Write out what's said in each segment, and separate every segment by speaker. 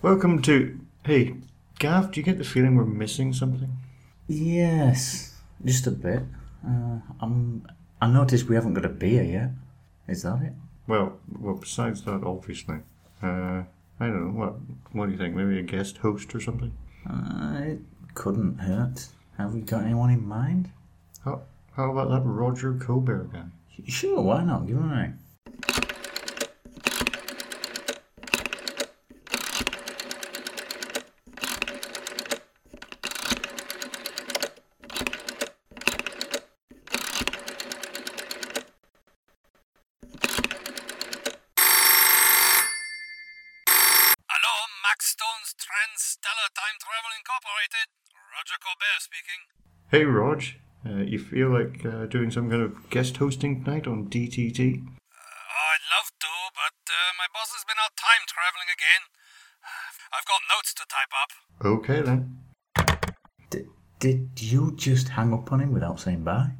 Speaker 1: Welcome to. Hey, Gav, do you get the feeling we're missing something?
Speaker 2: Yes, just a bit. Uh, I'm. I noticed we haven't got a beer yet. Is that it?
Speaker 1: Well, well, besides that, obviously. Uh, I don't know. What What do you think? Maybe a guest host or something?
Speaker 2: Uh, it couldn't hurt. Have we got anyone in mind?
Speaker 1: How, how about that Roger Colbert guy?
Speaker 2: Sure, why not? Give him a ring.
Speaker 3: Hello, Max Stone's Transstellar Time Travel Incorporated. Roger Colbert speaking.
Speaker 1: Hey, Rog. Uh, you feel like uh, doing some kind of guest hosting tonight on DTT?
Speaker 3: Oh, I'd love to, but uh, my boss has been out time traveling again. I've got notes to type up.
Speaker 1: Okay then.
Speaker 2: D- did you just hang up on him without saying bye?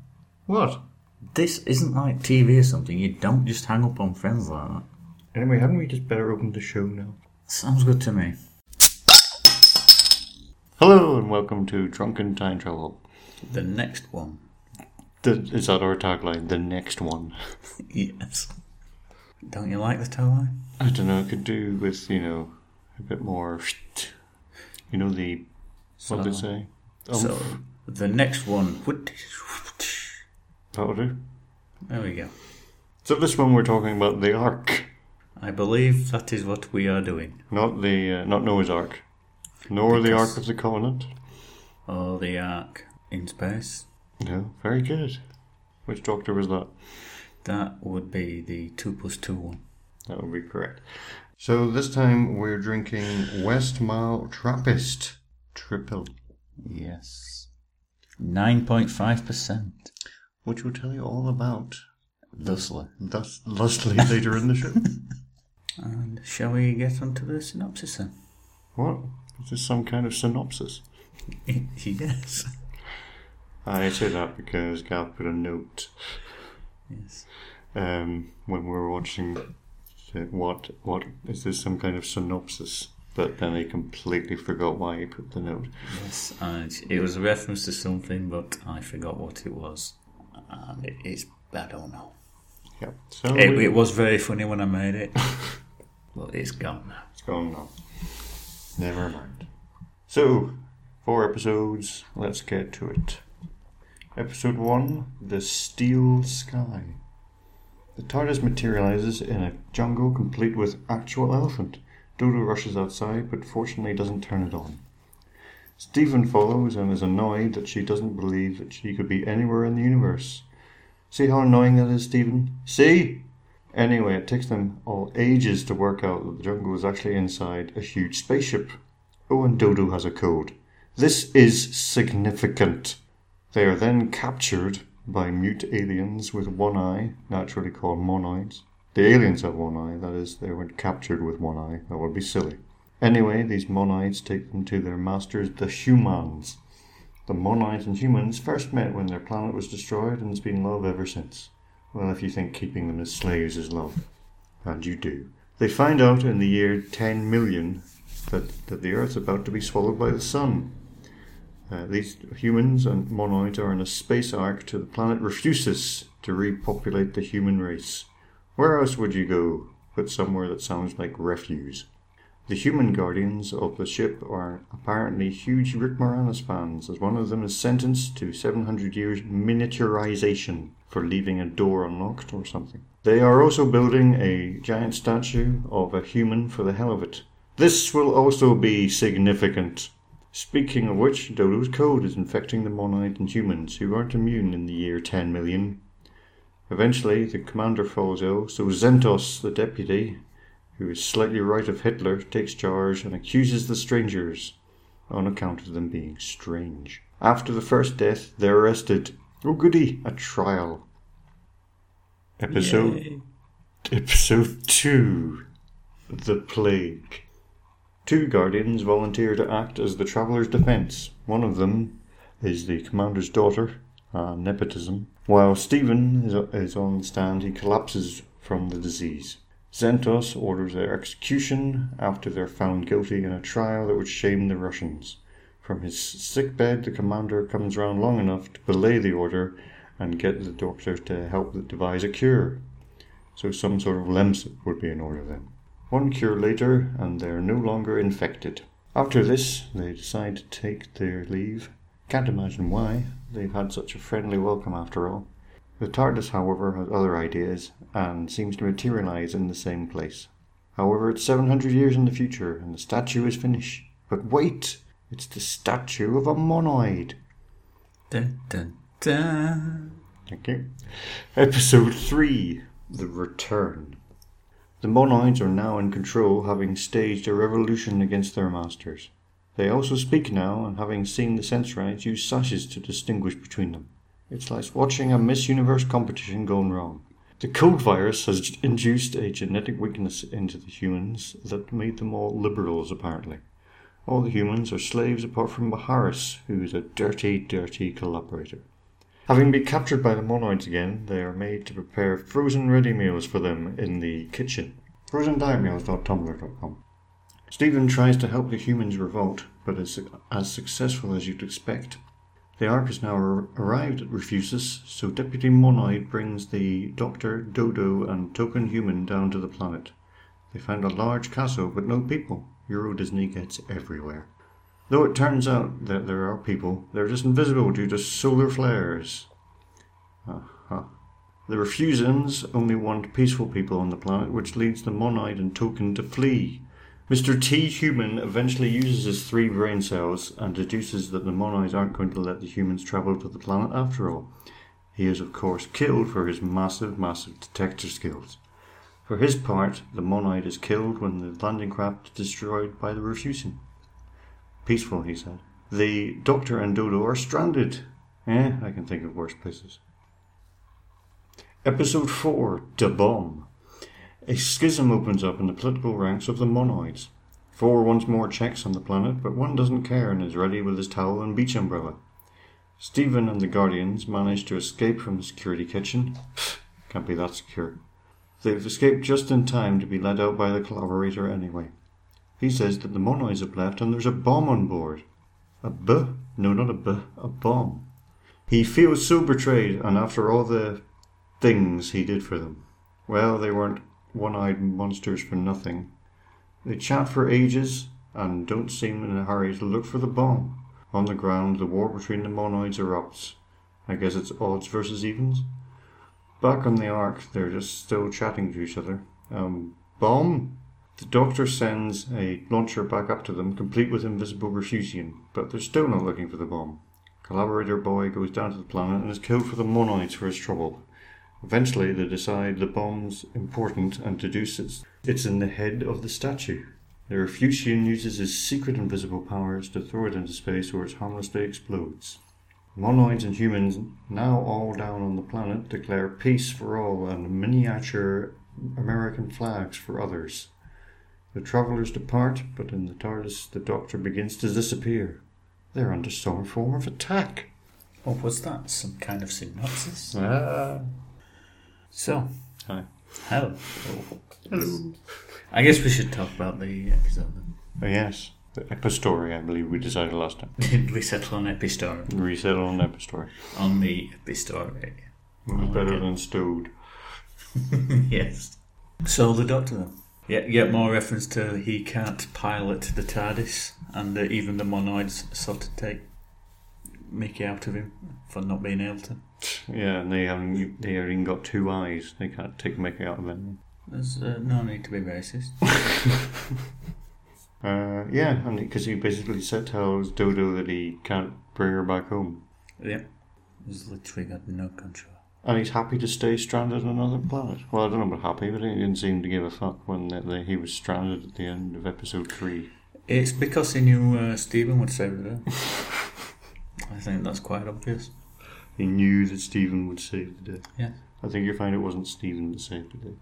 Speaker 1: What?
Speaker 2: This isn't like TV or something. You don't just hang up on friends like that.
Speaker 1: Anyway, haven't we just better open the show now?
Speaker 2: Sounds good to me.
Speaker 1: Hello and welcome to Drunken Time Travel.
Speaker 2: The next one.
Speaker 1: The, is that our tagline? The next one.
Speaker 2: Yes. Don't you like the tagline?
Speaker 1: I don't know. It could do with you know a bit more. You know the what they say. Um,
Speaker 2: So, the next one.
Speaker 1: that'll do.
Speaker 2: There we go.
Speaker 1: So this one we're talking about the Ark,
Speaker 2: I believe that is what we are doing.
Speaker 1: not the uh, not Noah's Ark, nor the Ark of the Covenant.
Speaker 2: Oh, the Ark in space.
Speaker 1: No, very good. Which Doctor was that?
Speaker 2: That would be the 2 plus 2 one.
Speaker 1: That would be correct. So this time we're drinking West Mile Trappist Triple,
Speaker 2: Yes. 9.5%.
Speaker 1: which we'll tell you all about
Speaker 2: Thusly.
Speaker 1: thus lustily later in the show.
Speaker 2: And shall we get on to the synopsis then?
Speaker 1: What? Is this some kind of synopsis?
Speaker 2: yes.
Speaker 1: I say that because Gav put a note
Speaker 2: Yes.
Speaker 1: um, when we were watching. Said, what? What is this? Some kind of synopsis? But then I completely forgot why he put the note.
Speaker 2: Yes. And it was a reference to something, but I forgot what it was. And it, it's, I don't know.
Speaker 1: Yeah. So
Speaker 2: It,
Speaker 1: we-
Speaker 2: it was very funny when I made it, but it's gone now.
Speaker 1: it's gone now. Never mind. So four episodes. Let's get to it. Episode one: The Steel Sky. The TARDIS materializes in a jungle complete with actual elephant. Dodo rushes outside, but fortunately doesn't turn it on. Stephen follows and is annoyed that she doesn't believe that she could be anywhere in the universe. See how annoying that is, Stephen? See? Anyway, it takes them all ages to work out that the jungle is actually inside a huge spaceship. Oh, and Dodo has a code. This is significant. They are then captured by mute aliens with one eye, naturally called monoids. The aliens have one eye, that is, they weren't captured with one eye, that would be silly. Anyway, these monoids take them to their masters, the humans. The monoids and humans first met when their planet was destroyed, and it's been love ever since. Well, if you think keeping them as slaves is love, and you do. They find out in the year 10 million that, that the Earth's about to be swallowed by the sun. Uh, these humans and monoids are in a space arc to the planet Refusus to repopulate the human race. Where else would you go but somewhere that sounds like refuse? The human guardians of the ship are apparently huge Rick Moranis fans, as one of them is sentenced to 700 years miniaturization for leaving a door unlocked or something. They are also building a giant statue of a human for the hell of it. This will also be significant. Speaking of which, Dodo's cold is infecting the monoid and humans, who aren't immune in the year 10 million. Eventually, the commander falls ill, so Zentos, the deputy, who is slightly right of Hitler, takes charge and accuses the strangers on account of them being strange. After the first death, they're arrested. Oh, goody, a trial. Episode
Speaker 2: Yay.
Speaker 1: Episode 2 The Plague. Two guardians volunteer to act as the traveller's defense. One of them is the commander's daughter, uh, nepotism. While Stephen is, is on stand, he collapses from the disease. Zentos orders their execution after they're found guilty in a trial that would shame the Russians. From his sick bed, the commander comes round long enough to belay the order and get the doctor to help devise a cure. So some sort of lemsip would be in order then. One cure later, and they're no longer infected. After this, they decide to take their leave. Can't imagine why. They've had such a friendly welcome after all. The TARDIS, however, has other ideas and seems to materialize in the same place. However, it's 700 years in the future and the statue is finished. But wait! It's the statue of a monoid!
Speaker 2: Dun, dun, dun.
Speaker 1: Thank you. Episode 3 The Return. The monoids are now in control, having staged a revolution against their masters. They also speak now, and having seen the sensorites use sashes to distinguish between them. It's like watching a Miss Universe competition gone wrong. The cold virus has induced a genetic weakness into the humans that made them all liberals, apparently. All the humans are slaves apart from Baharis, who is a dirty, dirty collaborator. Having been captured by the monoids again, they are made to prepare frozen ready meals for them in the kitchen. FrozenDietMeals.tumblr.com. Stephen tries to help the humans revolt, but is as successful as you'd expect. The Ark has now ar- arrived at Refusus, so Deputy Monoid brings the Doctor, Dodo, and Token Human down to the planet. They find a large castle, but no people. Euro Disney gets everywhere. Though it turns out that there are people, they're just invisible due to solar flares. Uh-huh. The Refusans only want peaceful people on the planet, which leads the Monoid and Token to flee. Mr. T Human eventually uses his three brain cells and deduces that the Monoids aren't going to let the humans travel to the planet after all. He is, of course, killed for his massive, massive detector skills. For his part, the Monoid is killed when the landing craft is destroyed by the Refusin. Peaceful, he said. The Doctor and Dodo are stranded. Eh, I can think of worse places. Episode 4 Da Bomb. A schism opens up in the political ranks of the Monoids. Four once more checks on the planet, but one doesn't care and is ready with his towel and beach umbrella. Stephen and the Guardians manage to escape from the security kitchen. Pfft, Can't be that secure. They've escaped just in time to be let out by the collaborator anyway. He says that the monoids have left and there's a bomb on board. A b? No, not a b, a bomb. He feels so betrayed, and after all the things he did for them, well, they weren't one eyed monsters for nothing. They chat for ages and don't seem in a hurry to look for the bomb. On the ground, the war between the monoids erupts. I guess it's odds versus evens. Back on the Ark, they're just still chatting to each other. Um, bomb? The doctor sends a launcher back up to them, complete with invisible refusion, but they're still not looking for the bomb. Collaborator boy goes down to the planet and is killed for the monoids for his trouble. Eventually, they decide the bomb's important and deduce it's, it's in the head of the statue. The Refusian uses his secret invisible powers to throw it into space where it harmlessly explodes. Monoids and humans, now all down on the planet, declare peace for all and miniature American flags for others. The travelers depart, but in the TARDIS, the Doctor begins to disappear. They're under some form of attack.
Speaker 2: Or was that some kind of synopsis?
Speaker 1: Ah.
Speaker 2: So,
Speaker 1: Hi.
Speaker 2: hello. I guess we should talk about the episode then.
Speaker 1: Oh, yes. The Epistory, I believe we decided last time.
Speaker 2: We did resettle on Epistory.
Speaker 1: Resettle on Epistory.
Speaker 2: On the Epistory.
Speaker 1: It was better than Stowed.
Speaker 2: yes. So the Doctor then. Yet, yet more reference to he can't pilot the TARDIS, and that even the monoids sought to take Mickey out of him for not being able to.
Speaker 1: Yeah, and they haven't, they haven't even got two eyes. They can't take Mickey out of them.
Speaker 2: There's uh, no need to be racist.
Speaker 1: Uh, yeah, and because he basically said, tells Dodo that he can't bring her back home.
Speaker 2: yeah. He's literally got no control.
Speaker 1: And he's happy to stay stranded on another planet. Well, I don't know about happy, but he didn't seem to give a fuck when the, the, he was stranded at the end of episode 3.
Speaker 2: It's because he knew uh, Stephen would save the day. I think that's quite obvious.
Speaker 1: He knew that Stephen would save the day.
Speaker 2: Yeah.
Speaker 1: I think you'll find it wasn't Stephen that saved the day.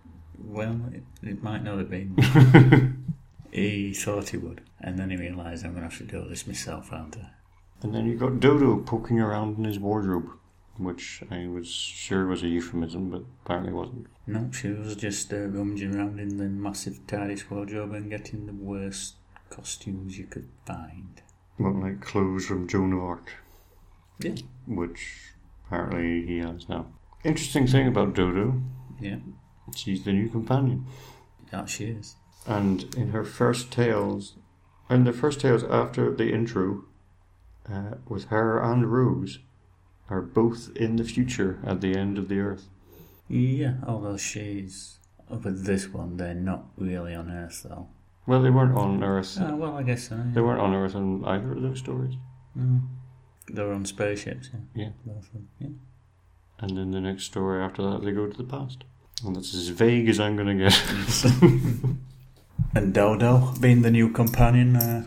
Speaker 2: Well, it, it might not have been. he thought he would, and then he realised I'm going to have to do this myself, aren't I?
Speaker 1: And then you got Dodo poking around in his wardrobe. which I was sure was a euphemism, but apparently wasn't.
Speaker 2: No, she was just uh, rummaging around in the massive TARDIS wardrobe and getting the worst costumes you could find.
Speaker 1: Not like clothes from Joan of Arc,
Speaker 2: Yeah.
Speaker 1: which apparently he has now. Interesting thing about Dodo,
Speaker 2: Yeah,
Speaker 1: she's the new companion.
Speaker 2: that she is.
Speaker 1: And in her first tales, in the first tales after the intro, uh, with her and Rose, are both in the future at the end of the earth.
Speaker 2: Yeah, although she's. But this one, they're not really on Earth, though.
Speaker 1: Well, they weren't on Earth.
Speaker 2: Ah, well, I guess so. yeah.
Speaker 1: They weren't on Earth in either of those stories.
Speaker 2: Mm. They were on spaceships, yeah.
Speaker 1: Yeah.
Speaker 2: Both of them, yeah.
Speaker 1: And then the next story after that, they go to the past. And that's as vague as I'm going to get.
Speaker 2: And Dodo, being the new companion, uh,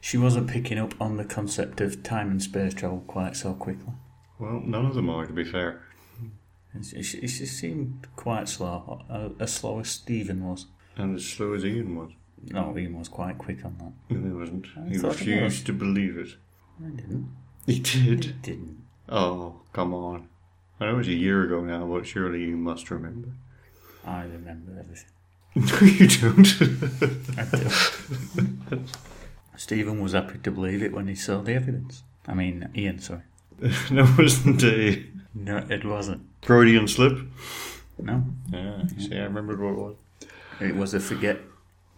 Speaker 2: she wasn't picking up on the concept of time and space travel quite so quickly.
Speaker 1: well, none of them are, to be fair.
Speaker 2: And She, she, she seemed quite slow, uh, as slow as Stephen was.
Speaker 1: And as slow as Ian was.
Speaker 2: No, Ian was quite quick on that.
Speaker 1: No, he wasn't.
Speaker 2: I
Speaker 1: he
Speaker 2: thought he
Speaker 1: refused to believe it.
Speaker 2: I didn't.
Speaker 1: He did.
Speaker 2: Didn't.
Speaker 1: Oh, come on. I know it's a year ago now, but surely you must remember.
Speaker 2: I remember everything.
Speaker 1: No, you don't.
Speaker 2: I do. Stephen was happy to believe it when he saw the evidence. I mean, Ian, sorry.
Speaker 1: that wasn't a
Speaker 2: No, it wasn't.
Speaker 1: Freudian slip.
Speaker 2: No,
Speaker 1: Yeah, you see, I remembered what it was.
Speaker 2: it was a forget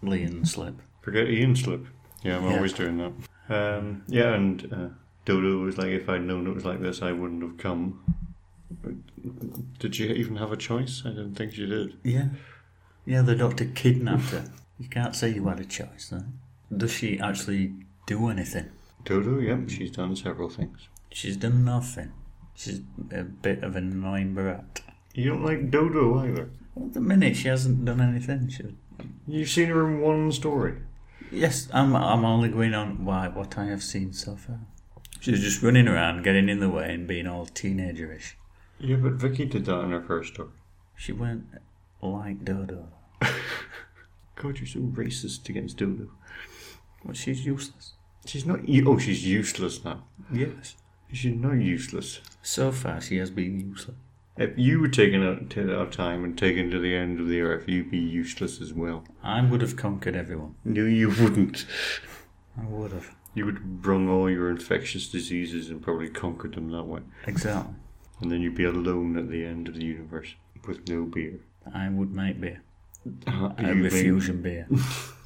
Speaker 2: Leon slip.
Speaker 1: Forget Ian slip. Yeah, I'm
Speaker 2: Yeah.
Speaker 1: always doing that. Um, yeah, and uh, Dodo was like, if I'd known it was like this, I wouldn't have come. But did she even have a choice? I don't think she did.
Speaker 2: Yeah. Yeah, the doctor kidnapped her. You can't say you had a choice, though. Does she actually do anything?
Speaker 1: Dodo, yep, she's done several things.
Speaker 2: She's done nothing. She's a bit of an annoying brat.
Speaker 1: You don't like Dodo either.
Speaker 2: At the minute, she hasn't done anything. She,
Speaker 1: You've seen her in one story.
Speaker 2: yes, I'm, I'm only going on why what I have seen so far. She's just running around, getting in the way, and being all teenagerish.
Speaker 1: Yeah, but Vicky did that in her first story.
Speaker 2: She went like Dodo.
Speaker 1: God, you're so racist against Dodo.
Speaker 2: Well, she's useless.
Speaker 1: She's not. U- oh, she's useless now.
Speaker 2: Yes.
Speaker 1: She's not useless.
Speaker 2: So far, she has been useless.
Speaker 1: If you were taken out, t- out of time and taken to the end of the earth, you'd be useless as well.
Speaker 2: I would have conquered everyone.
Speaker 1: No, you wouldn't.
Speaker 2: I would have.
Speaker 1: You would have brung all your infectious diseases and probably conquered them that way.
Speaker 2: Exactly.
Speaker 1: And then you'd be alone at the end of the universe with no beer.
Speaker 2: I would make beer.
Speaker 1: Uh-huh, You
Speaker 2: A
Speaker 1: may-
Speaker 2: refusion beer.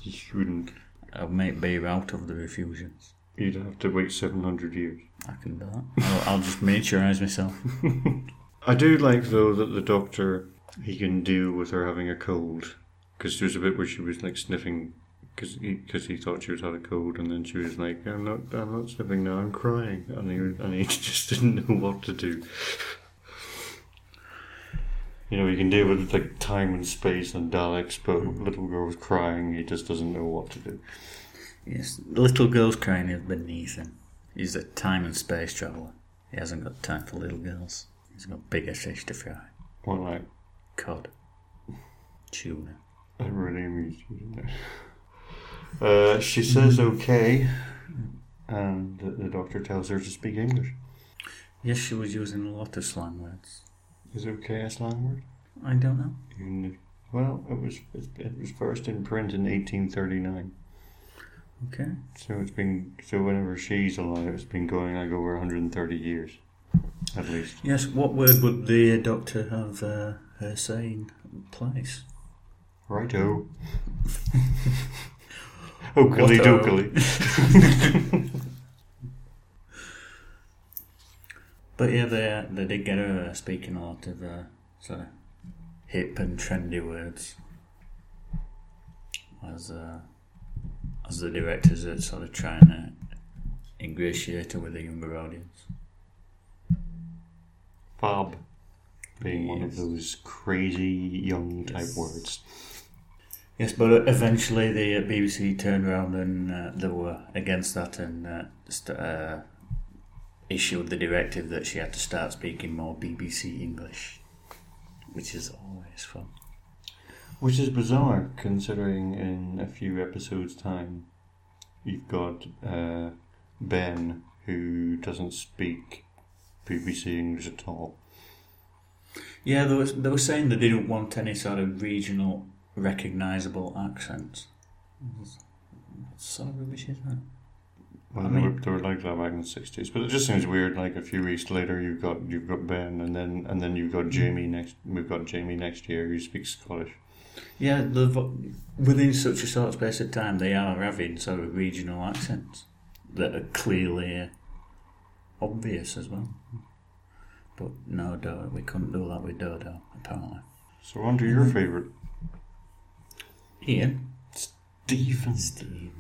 Speaker 1: you wouldn't.
Speaker 2: I'll make beer out of the refusions.
Speaker 1: You'd have to wait 700 years.
Speaker 2: I can do that. I'll, I'll just miniaturize myself.
Speaker 1: I do like though that the doctor he can deal with her having a cold because there was a bit where she was like sniffing because he, 'cause he thought she was had a cold and then she was like I'm not I'm not sniffing now I'm crying and he was- and he just didn't know what to do. You know, he can deal with like time and space and Daleks, but little girls crying, he just doesn't know what to do.
Speaker 2: Yes, the little girl's crying is beneath him. He's a time and space traveller. He hasn't got time for little girls. He's got bigger fish to fry.
Speaker 1: Well, like
Speaker 2: Cod. Tuna.
Speaker 1: I really amused you, didn't I? Uh, she says okay, and the, the doctor tells her to speak English.
Speaker 2: Yes, she was using a lot of slang words.
Speaker 1: Is okay a slang word?
Speaker 2: I don't know.
Speaker 1: Even if- well, it was it, it was first in print in 1839,
Speaker 2: Okay.
Speaker 1: so it's been so whenever she's alive, it's been going like over 130 years, at least.
Speaker 2: Yes, what word would the doctor have uh, her saying place?
Speaker 1: Righto. Okily dokily.
Speaker 2: But yeah, they, uh, they did get her uh, speaking a lot of uh, sort of hip and trendy words. As uh, as the directors are sort of trying to ingratiate her with a younger audience.
Speaker 1: Fab, being one of
Speaker 2: Yes.
Speaker 1: those crazy young type
Speaker 2: Yes.
Speaker 1: words.
Speaker 2: Yes, but eventually the uh, BBC turned around and uh, they were against that and uh, st- uh, issued the directive that she had to start speaking more BBC English, which is always fun.
Speaker 1: Which is bizarre, considering in a few episodes' time, you've got uh, Ben who doesn't speak BBC English at all.
Speaker 2: Yeah, they were, they were saying they didn't want any sort of regional recognisable accents. What sort of rubbish is that?
Speaker 1: Well,
Speaker 2: I
Speaker 1: they,
Speaker 2: mean-
Speaker 1: were, they were like that back in the sixties, but it just seems weird. Like a few weeks later, you've got you've got Ben, and then and then you've got Jamie
Speaker 2: Hmm.
Speaker 1: next. We've got Jamie next year who speaks Scottish.
Speaker 2: Yeah, they've, within such a short space of time, they are having sort of regional accents that are clearly obvious as well. But no, Dodo, we couldn't do that with Dodo, apparently.
Speaker 1: So on to your
Speaker 2: Hmm.
Speaker 1: favorite,
Speaker 2: Ian?
Speaker 1: Stephen.
Speaker 2: Stephen.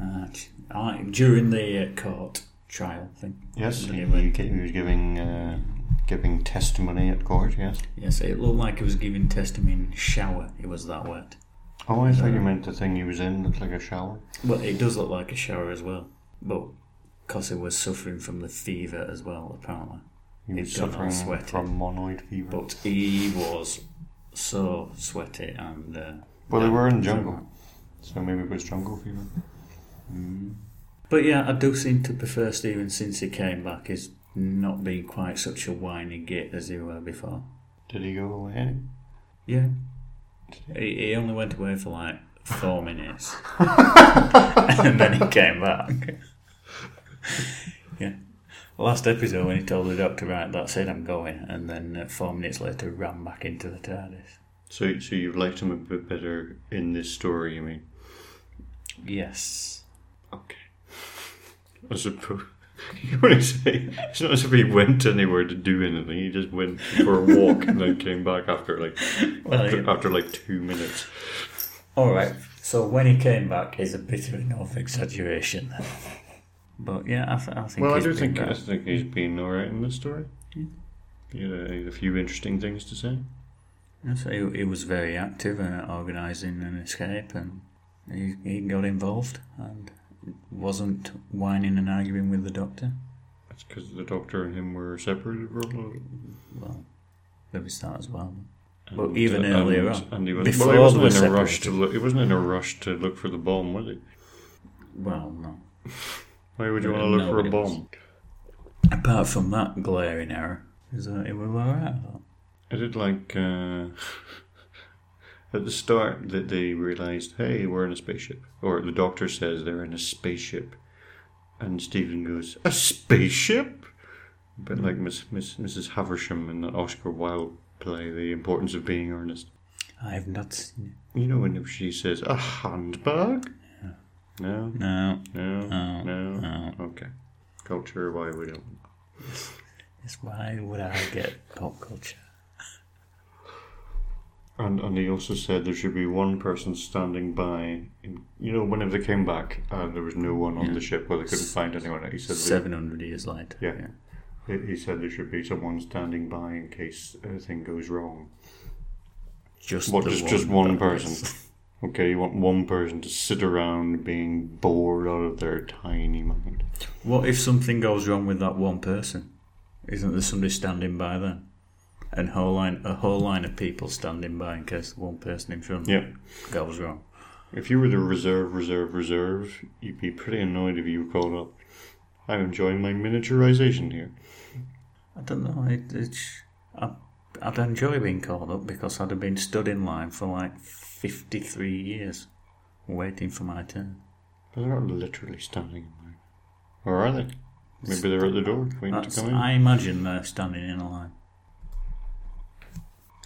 Speaker 2: Uh, I, during the uh, court trial thing,
Speaker 1: Yes, he,
Speaker 2: Yeah,
Speaker 1: he
Speaker 2: but-
Speaker 1: gave- he was giving uh, giving testimony at court. Yes.
Speaker 2: yes, it looked like he was giving testimony in a shower. It was that wet.
Speaker 1: Oh, I thought you
Speaker 2: Uh,
Speaker 1: meant the thing he was in looked like a shower.
Speaker 2: Well, it does look like a shower as well. But Cossa was suffering from the fever as well, apparently.
Speaker 1: He was
Speaker 2: It got all
Speaker 1: suffering
Speaker 2: sweaty.
Speaker 1: from monoid fever.
Speaker 2: But he was so sweaty and. Uh,
Speaker 1: well, they
Speaker 2: damp.
Speaker 1: were in jungle, so maybe it was jungle fever.
Speaker 2: But yeah, I do seem to prefer Steven since he came back. He's not been quite such a whiny git as he were before.
Speaker 1: Did he go away?
Speaker 2: Yeah. He, he only went away for like four minutes. and then he came back. yeah. Last episode when he told the doctor, right, that's it, I'm going. And then uh, four minutes later ran back into the TARDIS.
Speaker 1: So, so you liked him a bit better in this story, you mean?
Speaker 2: Yes.
Speaker 1: Okay. I suppose. You want to say it's not as if he went anywhere to do anything. He just went for a walk and then came back after like
Speaker 2: Well,
Speaker 1: after,
Speaker 2: yeah.
Speaker 1: after like two minutes.
Speaker 2: All right. So when he came back, is a bit of an over exaggeration. But yeah, I, th- I think.
Speaker 1: Well, I
Speaker 2: he's
Speaker 1: do
Speaker 2: been
Speaker 1: think
Speaker 2: better.
Speaker 1: I think he's been all right in this story. He had a, he had a few interesting things to say.
Speaker 2: So he, he was very active in organising an escape, and he, he got involved and wasn't whining and arguing with the doctor.
Speaker 1: That's because the doctor and him were separated for a little.
Speaker 2: Well, there was that as well.
Speaker 1: Well,
Speaker 2: But even earlier on,
Speaker 1: uh, um, and he was,
Speaker 2: before
Speaker 1: well, he wasn't
Speaker 2: they
Speaker 1: in a
Speaker 2: were
Speaker 1: rush to
Speaker 2: separated.
Speaker 1: look. He wasn't in a rush to look for the bomb, was he?
Speaker 2: Well, no.
Speaker 1: Why would you
Speaker 2: Yeah,
Speaker 1: want to look for a
Speaker 2: nobody was.
Speaker 1: bomb?
Speaker 2: Apart from that glaring error, is that it was alright.
Speaker 1: I did like uh, at the start that they realized, hey, we're in a spaceship, or the doctor says they're in a spaceship, and Stephen goes, a spaceship, a
Speaker 2: Hmm.
Speaker 1: bit like Miss, Miss Mrs. Havisham in that Oscar Wilde play, The Importance of Being Earnest.
Speaker 2: I have not seen it.
Speaker 1: You know when she says a handbag? No,
Speaker 2: No,
Speaker 1: no,
Speaker 2: No,
Speaker 1: no.
Speaker 2: no.
Speaker 1: Okay, culture. Why we don't?
Speaker 2: it's why would I get pop culture?
Speaker 1: And, and he also said there should be one person standing by. In, you know, whenever they came back, uh, there was no one on the ship, well, they couldn't find anyone. He said, that-
Speaker 2: Seven hundred years later.
Speaker 1: yeah, He, he said there should be someone standing by in case anything goes wrong.
Speaker 2: Just
Speaker 1: What,
Speaker 2: the
Speaker 1: just, just one
Speaker 2: that was-
Speaker 1: person? Okay, you want one person to sit around being bored out of their tiny mind.
Speaker 2: What if something goes wrong with that one person? Isn't there somebody standing by then? And whole line, a whole line of people standing by in case the one person in front
Speaker 1: Yeah.
Speaker 2: goes wrong.
Speaker 1: If you were the reserve, reserve, reserve, you'd be pretty annoyed if you were called up. I'm enjoying my miniaturization here.
Speaker 2: I don't know. It, it's, I, I'd enjoy being called up because I'd have been stood in line for like fifty-three years, waiting for my turn.
Speaker 1: But they're not literally standing in line. Or are they? Maybe they're at the door waiting to
Speaker 2: That's,
Speaker 1: come in.
Speaker 2: I imagine they're standing in a line.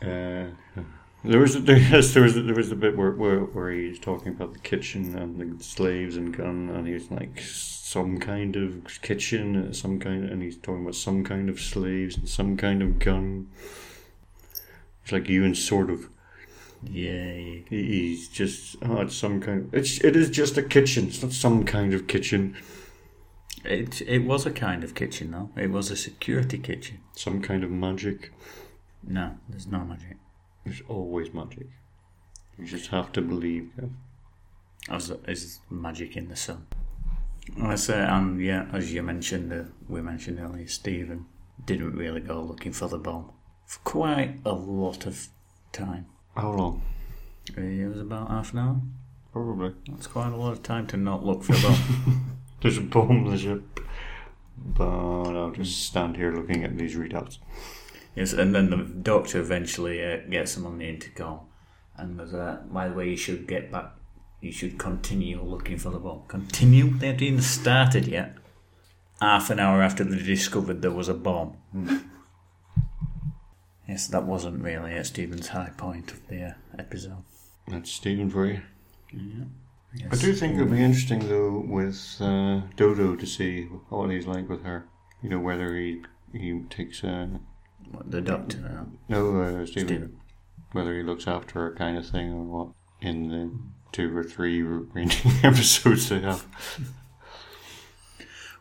Speaker 1: Uh, there was there, yes, there was there was a bit where, where where he's talking about the kitchen and the slaves and gun and he's like some kind of kitchen uh, some kind and he's talking about some kind of slaves and some kind of gun. It's like you and sort of
Speaker 2: Yay!
Speaker 1: he- he's just oh it's some kind it's it is just a kitchen it's not some kind of kitchen
Speaker 2: It it was a kind of kitchen though. It was a security kitchen.
Speaker 1: some kind of magic
Speaker 2: No, there's no magic.
Speaker 1: there's always magic you just have to believe Kev.
Speaker 2: as is magic in the sun. I say, um, yeah, as you mentioned, uh, we mentioned earlier, Stephen didn't really go looking for the bomb for quite a lot of time.
Speaker 1: how long
Speaker 2: Uh, It was about half an hour.
Speaker 1: probably
Speaker 2: That's quite a lot of time to not look for a bomb.
Speaker 1: There's a bomb in the ship. but I'll just stand here looking at these readouts.
Speaker 2: Yes, and then the doctor eventually uh, gets him on the intercom and goes, uh, by the way, you should get back. You should continue looking for the bomb. Continue? They haven't even started yet. Half an hour after they discovered there was a bomb. Hmm. yes, that wasn't really at Stephen's high point of the uh, episode.
Speaker 1: That's Stephen for you.
Speaker 2: Yes.
Speaker 1: I do think it would be interesting though with uh, Dodo to see what he's like with her. You know whether he he takes uh,
Speaker 2: What, the doctor. uh,
Speaker 1: no uh, Stephen,
Speaker 2: Stephen.
Speaker 1: whether he looks after her kind of thing or what in the two or three ranging episodes they have.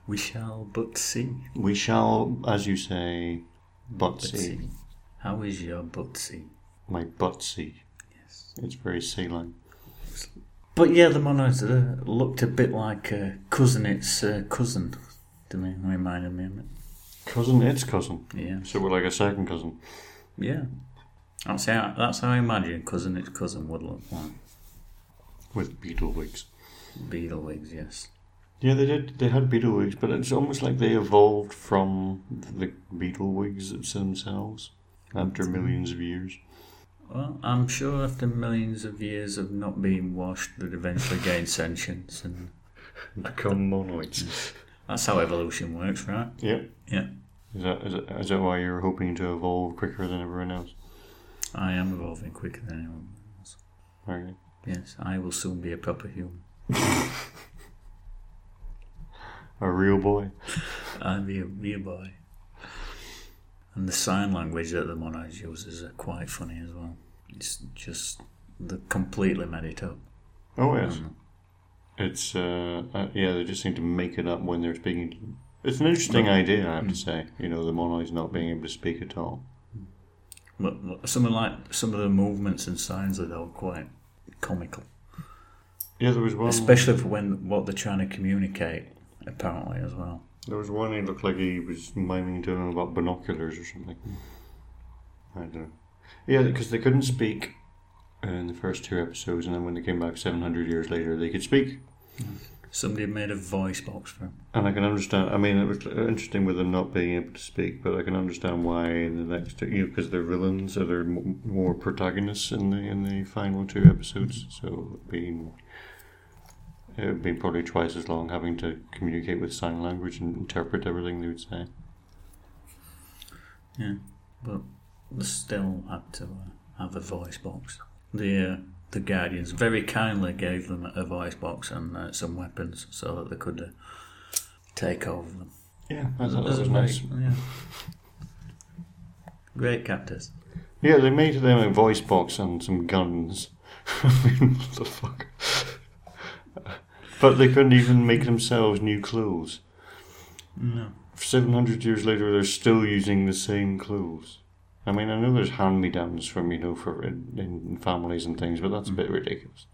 Speaker 2: We shall but see.
Speaker 1: We shall, as you say, but
Speaker 2: But
Speaker 1: see
Speaker 2: see. How is your but see?
Speaker 1: my butt see.
Speaker 2: Yes.
Speaker 1: It's very saline.
Speaker 2: But yeah, the Monoids uh, looked a bit like uh, cousin. It's uh, cousin to me. Reminded me of it.
Speaker 1: Cousin, it's cousin.
Speaker 2: Yeah,
Speaker 1: So we're like a second cousin.
Speaker 2: yeah. That's how. That's how I imagine cousin. It's cousin would look like
Speaker 1: With beetle wigs.
Speaker 2: Beetlewigs. Yes.
Speaker 1: Yeah, they did. They had beetle wigs, but it's almost like they evolved from the beetle wigs themselves after millions of years.
Speaker 2: Well, I'm sure after millions of years of not being washed, they'd eventually gain sentience, and
Speaker 1: Become monoids.
Speaker 2: that's how evolution works, right?
Speaker 1: Yep.
Speaker 2: Yeah.
Speaker 1: Is that, is, that, is that why you're hoping to evolve quicker than everyone else?
Speaker 2: I am evolving quicker than anyone.
Speaker 1: Okay.
Speaker 2: Yes, I will soon be a proper human.
Speaker 1: A real boy.
Speaker 2: I'll be a, be a boy. And the sign language that the Monads use is uh, quite funny as well. It's just they completely made it up.
Speaker 1: Oh yes. It's uh, uh yeah, they just seem to make it up when they're speaking. To them. It's an interesting idea, I have to say. You know, the monoids not being able to speak at all.
Speaker 2: But, but some of like some of the movements and signs are though quite comical,
Speaker 1: Yeah, there was one.
Speaker 2: especially for when what they're trying to communicate. Apparently, as well.
Speaker 1: There was one. He looked like he was miming to him about binoculars or something. I don't know. Yeah, because they couldn't speak in the first two episodes, and then when they came back seven hundred years later, they could speak.
Speaker 2: Somebody made a voice box for him.
Speaker 1: And I can understand. I mean, it was interesting with them not being able to speak, but I can understand why in the next, you know, because they're villains, or they're m- more protagonists in the in the final two episodes. So being it would be probably twice as long having to communicate with sign language and interpret everything they would say.
Speaker 2: Yeah, but they still had to uh, have a voice box. The uh, the guardians very kindly gave them a voice box and uh, some weapons so that they could uh, take over them.
Speaker 1: Yeah, I thought that was
Speaker 2: Doesn't
Speaker 1: nice.
Speaker 2: make- yeah. Great captors.
Speaker 1: Yeah, they made them a voice box and some guns. I mean, what the fuck? but they couldn't even make themselves new clothes.
Speaker 2: No.
Speaker 1: 700 years later, they're still using the same clothes. I mean, I know there's hand me downs from, you know, for in, in families and things, but that's a
Speaker 2: Mm.
Speaker 1: bit ridiculous.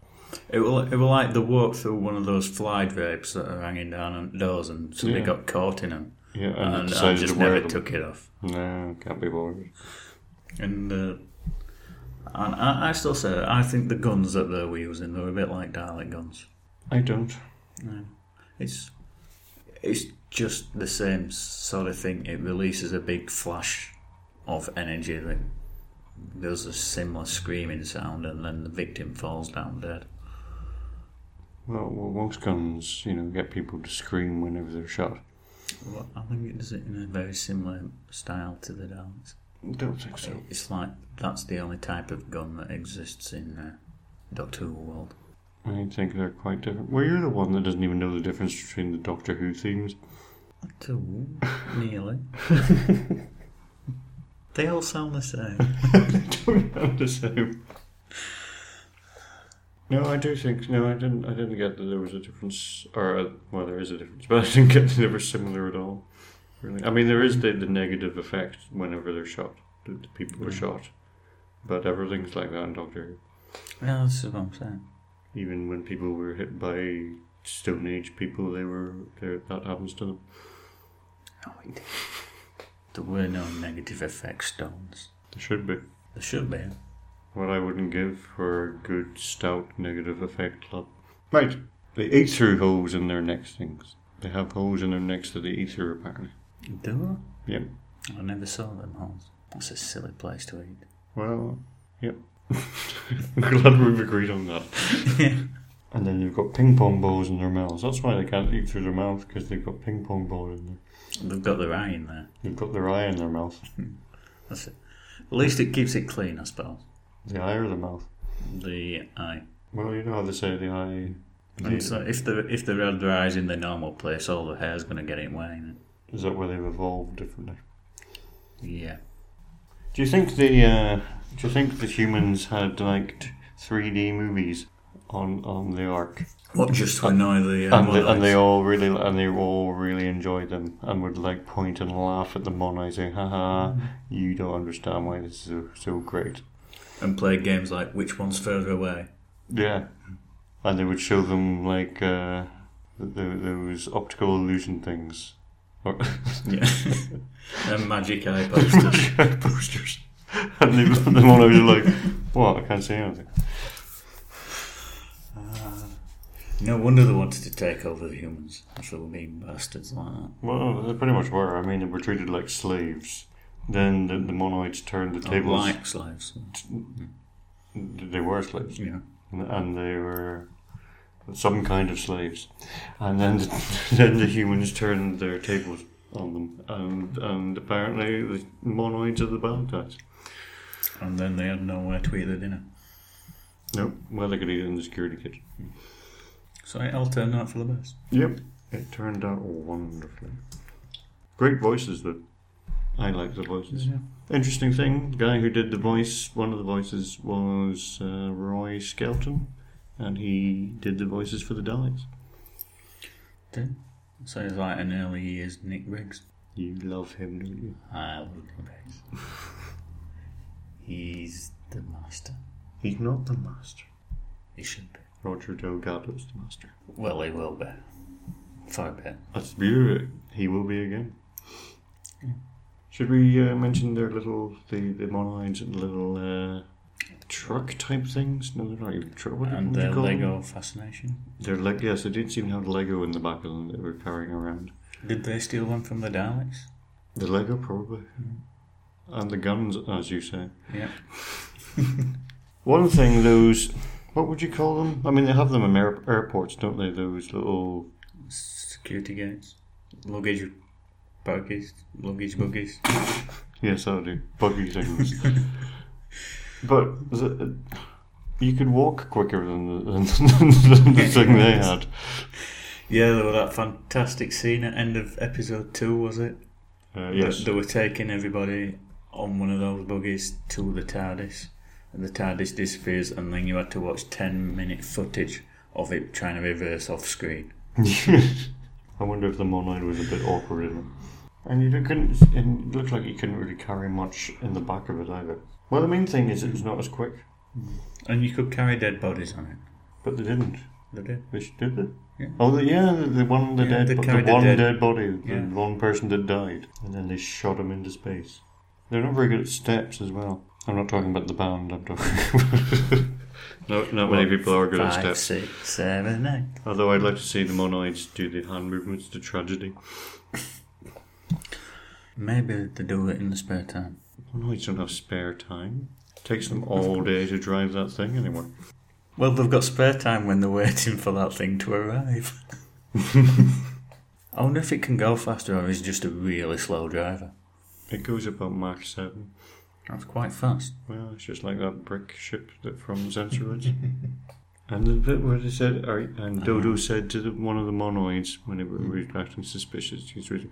Speaker 2: It will it will like the walk through one of those fly drapes that are hanging down on doors and somebody
Speaker 1: Yeah.
Speaker 2: got caught in them
Speaker 1: Yeah, and,
Speaker 2: and,
Speaker 1: they
Speaker 2: and
Speaker 1: decided
Speaker 2: just
Speaker 1: to wear
Speaker 2: never
Speaker 1: them.
Speaker 2: took it off.
Speaker 1: No, can't be bothered.
Speaker 2: And uh, and I, I still say that I think the guns that they were using they were a bit like Dalek guns.
Speaker 1: I don't.
Speaker 2: It's it's just the same sort of thing. It releases a big flash of energy that does a similar screaming sound, and then the victim falls down dead.
Speaker 1: Well, well, most guns, you know, get people to scream whenever they're shot.
Speaker 2: Well, I think it does it in a very similar style to the Daleks.
Speaker 1: Don't think so.
Speaker 2: It's like that's the only type of gun that exists in uh, Doctor Who world.
Speaker 1: I think they're quite different. Well, you're the one that doesn't even know the difference between the Doctor Who themes.
Speaker 2: Doctor Who, nearly. they all sound the same.
Speaker 1: don't have the same. No, I do think no, I didn't. I didn't get that there was a difference, or uh well, there is a difference, but I didn't get that they were similar at all. Really, I mean, there is the, the negative effect whenever they're shot, the, the people are shot, but everything's like that in Doctor
Speaker 2: Yeah, that's what I'm saying.
Speaker 1: Who. Even when people were hit by Stone Age people, they were there. That happens to them.
Speaker 2: No, it did. There were no negative effect stones.
Speaker 1: There should be.
Speaker 2: There should be.
Speaker 1: What I wouldn't give for a good stout negative effect club. Right. They ate through holes in their next things. They have holes in them next to the ether, apparently.
Speaker 2: Do
Speaker 1: Yep.
Speaker 2: I? I never saw them holes. That's a silly place to eat.
Speaker 1: Well, yep. I'm glad we've agreed on that. And then they've got ping pong balls in their mouths. That's why they can't eat through their mouth because they've got ping pong balls in there.
Speaker 2: They've got their eye in there.
Speaker 1: They've got their eye in their mouth.
Speaker 2: That's it. At least it keeps it clean, I suppose.
Speaker 1: The eye or the mouth?
Speaker 2: The eye.
Speaker 1: Well, you know how they say the eye.
Speaker 2: And so if they if they had their eyes in their normal place, all the hair's going to get in way. Then.
Speaker 1: Is that where they've evolved differently?
Speaker 2: Yeah.
Speaker 1: Do you think the uh, Do you think the humans had like three D movies on on the Ark,
Speaker 2: What just to annoy the uh,
Speaker 1: and, they, and they
Speaker 2: monoids?
Speaker 1: all really and they all really enjoyed them and would like point and laugh at the Monai saying, "Haha, you don't understand why this is so, so great."
Speaker 2: and play games like which one's further away.
Speaker 1: Yeah, and they would show them like uh, th th those optical illusion things, or
Speaker 2: Yeah. and magic eye posters.
Speaker 1: posters, and they, the Monai's are like, "What? I can't see anything."
Speaker 2: no wonder they wanted to take over the humans. That's what we mean, bastards like that.
Speaker 1: Well, they pretty much were. I mean, they were treated like slaves. Then the, the monoids turned
Speaker 2: Oh,
Speaker 1: the tables.
Speaker 2: Like slaves.
Speaker 1: They were slaves,
Speaker 2: Yeah.
Speaker 1: and they were some kind of slaves. And then the, then the humans turned their tables on them, and and apparently the monoids are the bad guys.
Speaker 2: And then they had nowhere to eat their dinner.
Speaker 1: Nope. Well, they could eat in the security kitchen.
Speaker 2: So it all turned out for the best.
Speaker 1: Yep. It turned out wonderfully. Great voices, though. I like the voices. Interesting thing, the guy who did the voice, one of the voices was uh, Roy Skelton, and he did the voices for the Daleks.
Speaker 2: Did. So it's like an early years Nick Briggs.
Speaker 1: You love him, don't you?
Speaker 2: I love Nick Briggs. He's the master.
Speaker 1: He's not the master.
Speaker 2: He should be.
Speaker 1: Roger Delgado's the master.
Speaker 2: Well, he will be. For a bit.
Speaker 1: That's beautiful. He will be again. Should we uh, mention their little, the, the monoids and little uh, truck type things? No, they're not even truck. What, do-
Speaker 2: And
Speaker 1: what do you
Speaker 2: their
Speaker 1: call them?
Speaker 2: Lego fascination.
Speaker 1: They're like yes, they didn't seem to have Lego in the back of them that were carrying around.
Speaker 2: Did they steal one from the Daleks?
Speaker 1: The Lego probably, Mm-hmm. and the guns, as you say.
Speaker 2: Yeah.
Speaker 1: One thing, those what would you call them? I mean, they have them in air- airports, don't they? Those little
Speaker 2: Security gates. Luggage buggies. Luggage buggies.
Speaker 1: yes, I do buggy things. but the, you could walk quicker than the, than, than the thing they had.
Speaker 2: Yeah, there was that fantastic scene at end of episode two, was it?
Speaker 1: Uh,
Speaker 2: That
Speaker 1: yes,
Speaker 2: They were taking everybody on one of those buggies to the TARDIS. And the TARDIS disappears, and then you had to watch 10 minute footage of it trying to reverse off screen.
Speaker 1: I wonder if the monoid was a bit awkward in it. And you couldn't. It looked like you couldn't really carry much in the back of it either. Well, the main thing is it was not as quick,
Speaker 2: And you could carry dead bodies on it.
Speaker 1: but they didn't.
Speaker 2: They did.
Speaker 1: They sh- did they?
Speaker 2: Yeah.
Speaker 1: Oh, the, yeah, the, the one the
Speaker 2: Yeah,
Speaker 1: dead,
Speaker 2: they
Speaker 1: bo-
Speaker 2: carried
Speaker 1: the
Speaker 2: the
Speaker 1: one
Speaker 2: dead-
Speaker 1: dead, body, the
Speaker 2: Yeah.
Speaker 1: one person that died, and then they shot him into space. They're not very good at steps as well. I'm not talking about the band. I'm talking. About no, not many people are good at
Speaker 2: Five,
Speaker 1: steps.
Speaker 2: six, seven, eight.
Speaker 1: Although I'd like to see the monoids do the hand movements to tragedy.
Speaker 2: Maybe they do it in the spare time.
Speaker 1: Monoids don't have spare time. takes them all day to drive that thing anyway.
Speaker 2: Well, they've got spare time when they're waiting for that thing to arrive. I wonder if it can go faster or is just a really slow driver.
Speaker 1: It goes about Mach 7.
Speaker 2: That's quite fast.
Speaker 1: Well, it's just like that brick ship that from Zentroids. and the bit where they said, or,
Speaker 4: Uh-huh.
Speaker 1: and Dodo said to the, one of the monoids when it
Speaker 4: Mm.
Speaker 1: was acting suspicious, he's really,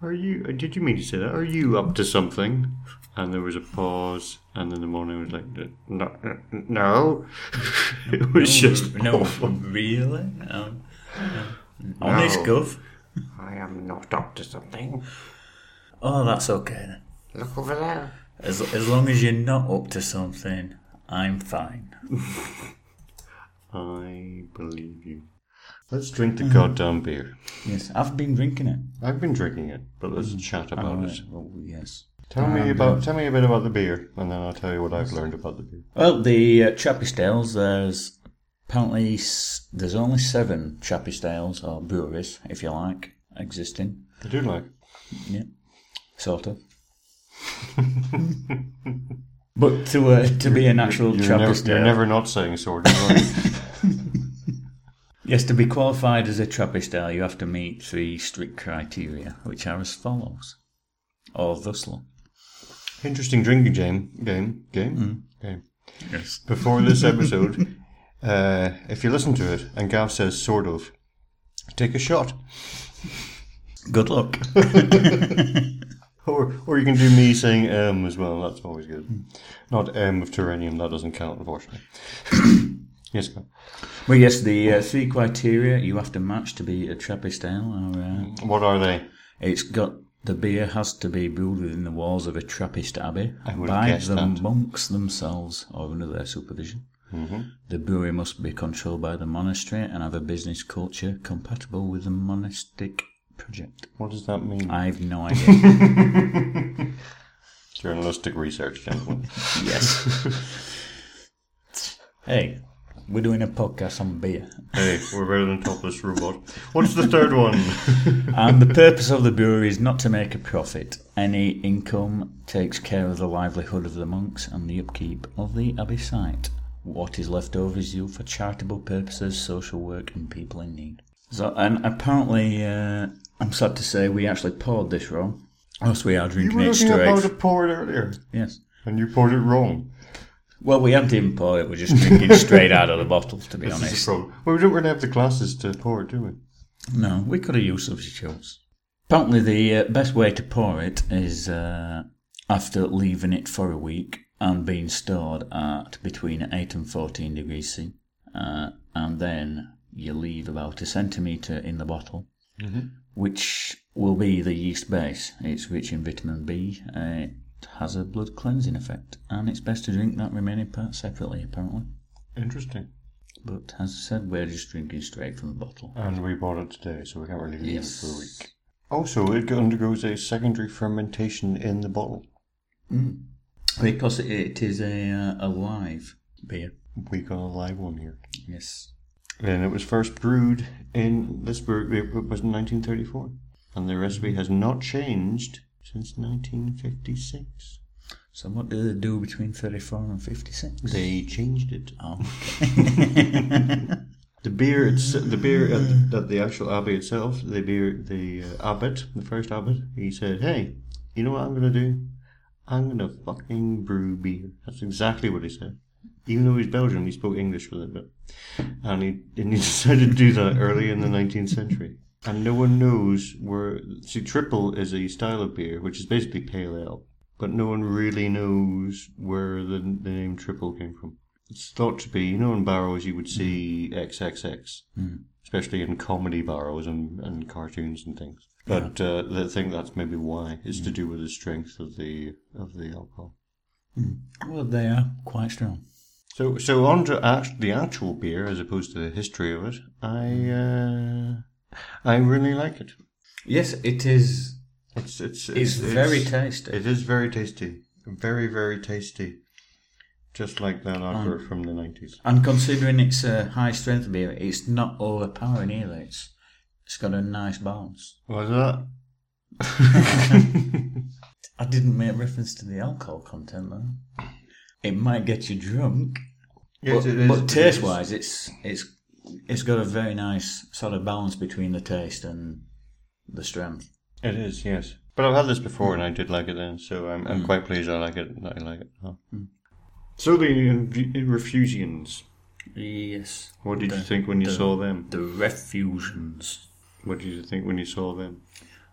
Speaker 1: "Are you? uh, Did you mean to say that? Are you up to something?" And there was a pause, and then the monoid was like, "No, n- n- no." it was just
Speaker 2: Mm, no,
Speaker 1: awful.
Speaker 2: really? No. no. Honest, Gov.
Speaker 4: I am not up to something.
Speaker 2: Oh, that's okay then.
Speaker 4: Look over there.
Speaker 2: As, as long as you're not up to something, I'm fine.
Speaker 1: I believe you. Let's drink the
Speaker 4: Mm-hmm.
Speaker 1: goddamn beer.
Speaker 2: Yes, I've been drinking it.
Speaker 1: I've been drinking it, but let's
Speaker 4: Mm-hmm.
Speaker 1: chat about it.
Speaker 2: Oh, yes.
Speaker 1: Tell me about tell me a bit about the beer, and then I'll tell you what I've learned about the beer.
Speaker 2: Well, the uh, Chappie Stales, there's Apparently, s- there's only seven Chappies Tales, or breweries, if you like, existing.
Speaker 1: I do like.
Speaker 2: Yeah, sort of. but to uh, to be an actual
Speaker 1: You're, never,
Speaker 2: Trappist
Speaker 1: you're
Speaker 2: Dale-
Speaker 1: never not saying sort of. are you?
Speaker 2: yes, to be qualified as a Trappist Dale, you have to meet three strict criteria, which are as follows, or thusly.
Speaker 1: Interesting drinking game. Game. Game. Game.
Speaker 2: Yes.
Speaker 1: Before this episode, uh, if you listen to it and Gav says sort of, take a shot.
Speaker 2: Good luck.
Speaker 1: Or, or you can do me saying M as well. That's always good. Not M of Terranium. That doesn't count, unfortunately. yes. Gav.
Speaker 2: well, yes, the uh, three criteria you have to match to be a Trappist Ale are uh,
Speaker 1: What are they?
Speaker 2: It's got the beer has to be brewed within the walls of a Trappist abbey
Speaker 1: would
Speaker 2: by
Speaker 1: guess
Speaker 2: the
Speaker 1: that.
Speaker 2: monks themselves or under their supervision. Mm-hmm. The brewery must be controlled by the monastery and have a business culture compatible with the monastic project.
Speaker 1: What does that mean?
Speaker 2: I've no idea.
Speaker 1: Journalistic research, gentlemen.
Speaker 2: yes. hey, we're doing a podcast on beer.
Speaker 1: hey, we're better than topless robot. What's the third one?
Speaker 2: and the purpose of the brewery is not to make a profit. Any income takes care of the livelihood of the monks and the upkeep of the abbey site. What is left over is used for charitable purposes, social work, and people in need. So, and apparently, uh, I'm sad to say we actually poured this wrong. Else we are
Speaker 1: you
Speaker 2: drinking
Speaker 1: were
Speaker 2: it
Speaker 1: looking
Speaker 2: straight.
Speaker 1: up how to pour it earlier,
Speaker 2: Yes.
Speaker 1: and you poured it wrong.
Speaker 2: Well, we hadn't even poured it. We're just drinking straight out of the bottle, to be
Speaker 1: This is
Speaker 2: honest.
Speaker 1: the problem. Well, we don't really have the glasses to pour it, do we?
Speaker 2: No, we could have used substitutes. Apparently, the uh, best way to pour it is uh, after leaving it for a week and being stored at between 8 and 14 degrees C. Uh, and then you leave about a centimetre in the bottle,
Speaker 1: Mm-hmm.
Speaker 2: which will be the yeast base. It's rich in vitamin B, uh, it has a blood cleansing effect, and it's best to drink that remaining part separately, apparently.
Speaker 1: Interesting.
Speaker 2: But as I said, we're just drinking straight from the bottle.
Speaker 1: And we bought it today, so we can't really leave it for a
Speaker 2: Yes.
Speaker 1: week. Also, it undergoes a secondary fermentation in the bottle.
Speaker 2: Mm. Because it- it is a, uh, a live beer.
Speaker 1: We got a live one here.
Speaker 2: Yes.
Speaker 1: And it was first brewed in this brew. It was in 1934, and the recipe has not changed since 1956.
Speaker 2: So what do they do between 34 and 56?
Speaker 1: They changed it.
Speaker 2: Oh.
Speaker 1: The beer, it's, the beer at, at the actual abbey itself. The beer, the uh, abbot, the first abbot. He said, "Hey, you know what I'm gonna do? I'm gonna fucking brew beer." That's exactly what he said. Even though he's Belgian, he spoke English for a little bit, and he and he decided to do that early in the 19th century. And no one knows where. See, triple is a style of beer which is basically pale ale, but no one really knows where the, the name triple came from. It's thought to be, you know, in barrows you would see XXX, especially in comedy barrows and, and cartoons and things. But uh, they think that's maybe why it's to do with the strength of the of the alcohol.
Speaker 2: Well, they are quite strong.
Speaker 1: So, so on to act, the actual beer as opposed to the history of it. I uh, I really like it.
Speaker 2: Yes, it is.
Speaker 1: It's it's
Speaker 2: It's, very tasty.
Speaker 1: It is very tasty, very very tasty, just like
Speaker 2: Hmm.
Speaker 1: that advert from the nineties.
Speaker 2: and considering it's a high strength beer, it's not overpowering either. It's it's got a nice balance.
Speaker 1: Was that?
Speaker 2: I didn't make reference to the alcohol content though. It might get you drunk,
Speaker 1: Yes,
Speaker 2: but,
Speaker 1: it is.
Speaker 2: but taste wise, it's it's it's got a very nice sort of balance between the taste and the strength.
Speaker 1: it is. Yes, but I've had this before and I did like it then, so I'm,
Speaker 2: Hmm.
Speaker 1: I'm quite pleased I like it. That I like it. Oh. now. So the refusians.
Speaker 2: Yes.
Speaker 1: What did you think when you saw them?
Speaker 2: The refusions.
Speaker 1: What did you think when you saw them?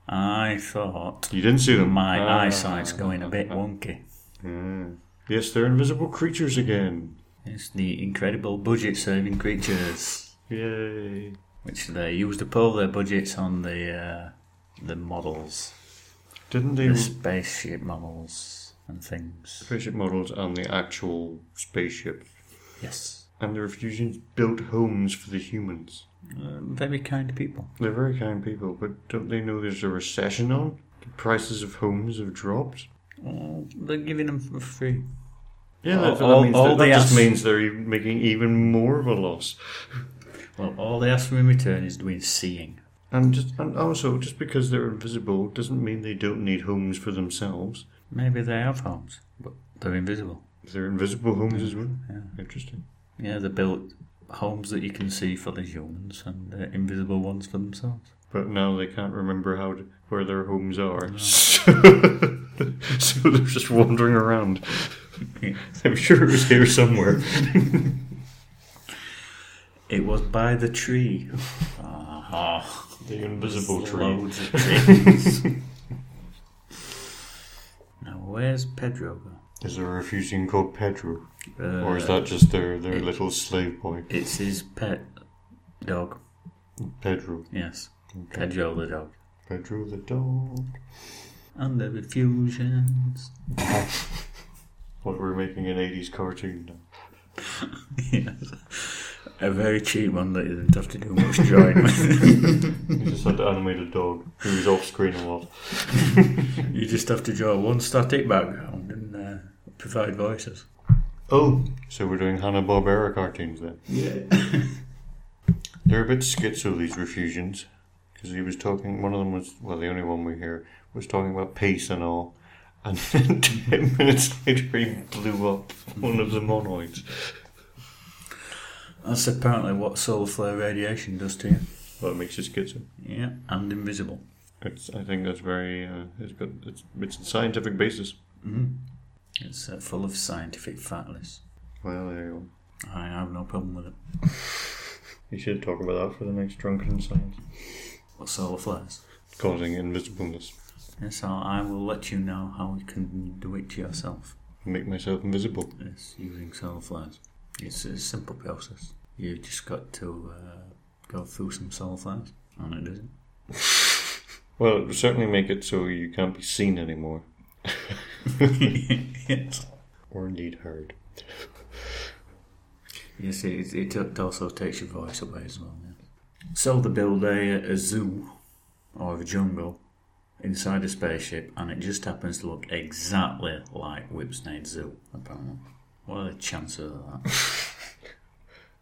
Speaker 2: I thought
Speaker 1: You didn't see them. Ah.
Speaker 2: my eyesight's going a bit wonky.
Speaker 1: Mm. Yes, they're invisible creatures again.
Speaker 2: It's the incredible budget saving creatures,
Speaker 1: Yay.
Speaker 2: which they use to pull their budgets on the uh, the models,
Speaker 1: Didn't
Speaker 2: the
Speaker 1: they
Speaker 2: spaceship models and things.
Speaker 1: spaceship models and the actual spaceship?
Speaker 2: Yes.
Speaker 1: And the refugees built homes for the humans.
Speaker 2: Uh, very kind people.
Speaker 1: They're very kind people, but don't they know there's a recession on? The prices of homes have dropped.
Speaker 2: Uh, Oh, they're giving them for free.
Speaker 1: Yeah, that, that
Speaker 2: All-
Speaker 1: means
Speaker 2: all
Speaker 1: that,
Speaker 2: they
Speaker 1: that just
Speaker 2: ask-
Speaker 1: means they're e- making even more of a loss.
Speaker 2: Well, all they ask for in return is doing seeing.
Speaker 1: And just and also, just because they're invisible doesn't mean they don't need homes for themselves.
Speaker 2: Maybe they have homes, but they're invisible.
Speaker 1: They're invisible homes as well. Interesting.
Speaker 2: Yeah, they built homes that you can see for the humans and uh, invisible ones for themselves.
Speaker 1: But now they can't remember how to, where their homes are. So, so they're just wandering around. I'm sure it was here somewhere.
Speaker 2: It was by the tree. Ah,
Speaker 1: The invisible tree.
Speaker 2: loads of trees. now, where's Pedro?
Speaker 1: Is there a refugee called Pedro?
Speaker 2: Uh,
Speaker 1: Or is that just their, their little slave boy,
Speaker 2: It's his pet dog.
Speaker 1: Pedro?
Speaker 2: Yes, Pedro the dog.
Speaker 1: Pedro the dog.
Speaker 2: And the refusions.
Speaker 1: What we're making an 80s cartoon now.
Speaker 2: yes. A very cheap one that doesn't have to do much drawing with.
Speaker 1: We just had to animate a dog who was off screen a lot.
Speaker 2: you just have to draw one static background and uh, provide voices.
Speaker 1: Oh, so we're doing Hanna Barbera cartoons then? Yeah. They're a bit schizo these refusions, because he was talking. One of them was well, the only one we hear was talking about peace and all, and then ten minutes later he blew up one of the monoids.
Speaker 2: That's apparently what solar flare radiation does to you.
Speaker 1: Well, it makes you schizo.
Speaker 2: Yeah, and invisible.
Speaker 1: It's, I think that's very. Uh, it's got it's, it's a scientific basis.
Speaker 2: It's uh, full of scientific fatness.
Speaker 1: Well, there you go.
Speaker 2: I have no problem with it.
Speaker 1: You should talk about that for the next drunken science,
Speaker 2: What solar flares?
Speaker 1: causing invisibleness.
Speaker 2: Yes, so I will let you know how you can do it to yourself.
Speaker 1: Make myself invisible.
Speaker 2: It's using solar flares. It's a simple process. You've just got to uh, go through some solar flares, and it does it.
Speaker 1: Well, it would certainly make it so you can't be seen anymore,
Speaker 2: yes.
Speaker 1: or indeed heard.
Speaker 2: Yes, it, it t- also takes your voice away as well. Yeah. So they build a, a zoo or a jungle inside a spaceship, and it just happens to look exactly like Whipsnade Zoo, apparently. What are the chances of that?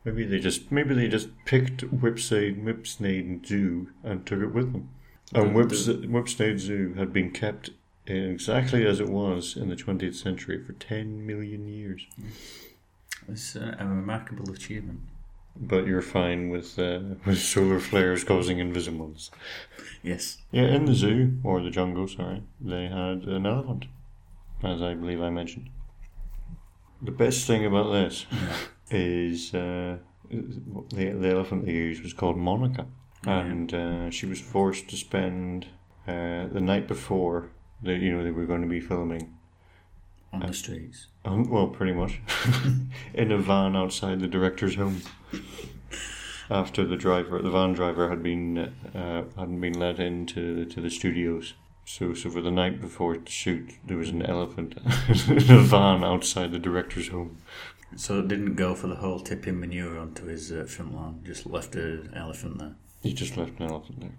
Speaker 1: Maybe they just maybe they just picked Whipsnade, Whipsnade Zoo and took it with them. And Whips, Whipsnade Zoo had been kept in exactly as it was in the 20th century for 10 million years.
Speaker 2: It's uh, a remarkable achievement.
Speaker 1: But you're fine with uh, with solar flares causing invisibles.
Speaker 2: Yes.
Speaker 1: Yeah, in the zoo or the jungle, sorry, they had an elephant, as I believe I mentioned. The best thing about this is uh, the the elephant they used was called Monica, and uh, she was forced to spend uh, the night before that you know they were going to be filming.
Speaker 2: On the streets.
Speaker 1: Um, well, pretty much in a van outside the director's home. After the driver, the van driver had been uh, hadn't been let into to the studios. So, so for the night before the shoot, there was an elephant in a van outside the director's home.
Speaker 2: So it didn't go for the whole tipping manure onto his uh, front lawn, just left an elephant there.
Speaker 1: He just left an elephant there.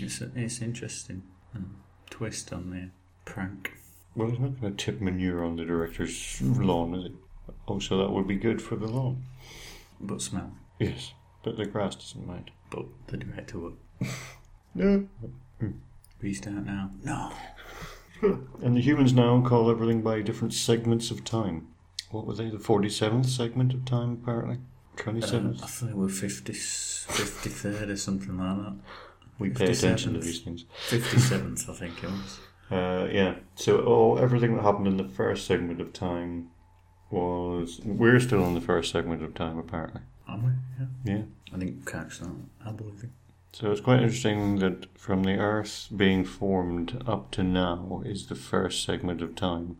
Speaker 2: It's, it's interesting. Mm. Twist on the prank.
Speaker 1: Well, he's not going to tip manure on the director's lawn, is it? Oh, so that would be good for the lawn.
Speaker 2: But smell.
Speaker 1: Yes, but the grass doesn't mind.
Speaker 2: But the director would.
Speaker 1: No.
Speaker 2: Restart now. No.
Speaker 1: And the humans now call everything by different segments of time. What were they? The 47th segment of time, apparently?
Speaker 2: Um,
Speaker 1: 27th?
Speaker 2: I thought we were 50, 53rd or something like that.
Speaker 1: we pay
Speaker 2: 57th.
Speaker 1: attention to these things.
Speaker 2: 57th, I think it was.
Speaker 1: Uh, yeah, so all, everything that happened in the first segment of time was. We're still in the first segment of time, apparently.
Speaker 2: Am we? Yeah.
Speaker 1: Yeah.
Speaker 2: I didn't catch that. I believe it.
Speaker 1: So it's quite interesting that from the Earth being formed up to now is the first segment of time.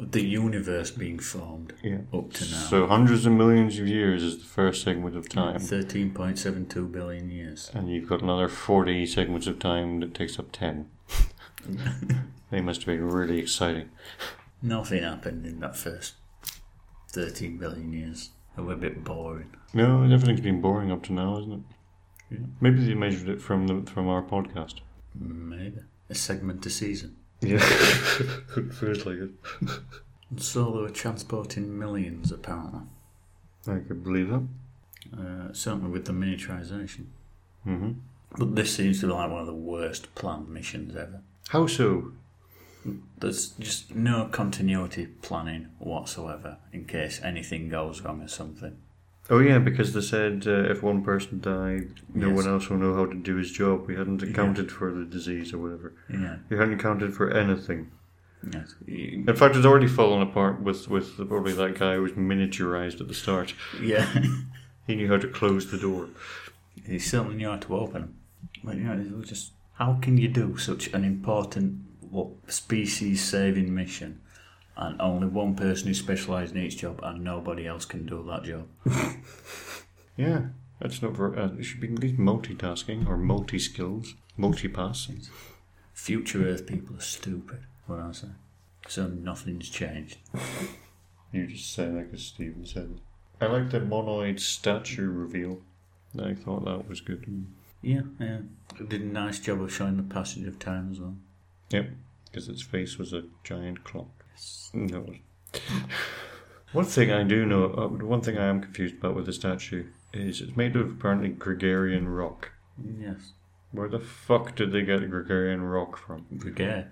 Speaker 2: The universe being formed
Speaker 1: Yeah.
Speaker 2: up to now.
Speaker 1: So hundreds of millions of years is the first segment of time.
Speaker 2: 13.72 billion years.
Speaker 1: And you've got another 40 segments of time that takes up 10. they must be really exciting.
Speaker 2: Nothing happened in that first 13 billion years. They were a bit boring.
Speaker 1: No, everything's been boring up to now, isn't it?
Speaker 2: Yeah.
Speaker 1: Maybe they measured it from the, from our podcast.
Speaker 2: Maybe. A segment a season.
Speaker 1: Yeah. Feels like it.
Speaker 2: And so they were transporting millions, apparently.
Speaker 1: I could believe that.
Speaker 2: Uh, certainly with the miniaturisation.
Speaker 1: Mm-hmm.
Speaker 2: But this seems to be like one of the worst planned missions ever.
Speaker 1: How so?
Speaker 2: There's just no continuity planning whatsoever in case anything goes wrong or something.
Speaker 1: Oh yeah, because they said uh, if one person died, no
Speaker 2: Yes.
Speaker 1: one else will know how to do his job. We hadn't accounted for the disease or whatever.
Speaker 2: Yeah.
Speaker 1: We hadn't accounted for anything.
Speaker 2: Yes.
Speaker 1: In fact, it's already fallen apart with with the, probably that guy who was miniaturized at the start.
Speaker 2: Yeah.
Speaker 1: He knew how to close the door.
Speaker 2: he certainly knew how to open them. But yeah, it was just how can you do such an important what species saving mission and only one person is specialised in each job and nobody else can do that job?
Speaker 1: Yeah, that's not. Ver- uh, it should be at least multitasking or multi skills, multipass.
Speaker 2: Future Earth people are stupid, what I say. So nothing's changed.
Speaker 1: You just say that because Steven said. I like the monoid statue reveal. I thought that was good.
Speaker 2: Yeah, yeah. It did a nice job of showing the passage of time as well.
Speaker 1: Yep, because its face was a giant clock. No. one thing I do know, uh, one thing I am confused about with the statue is it's made of apparently Gregarian rock.
Speaker 2: Yes.
Speaker 1: Where the fuck did they get Gregarian rock from?
Speaker 2: Brigade.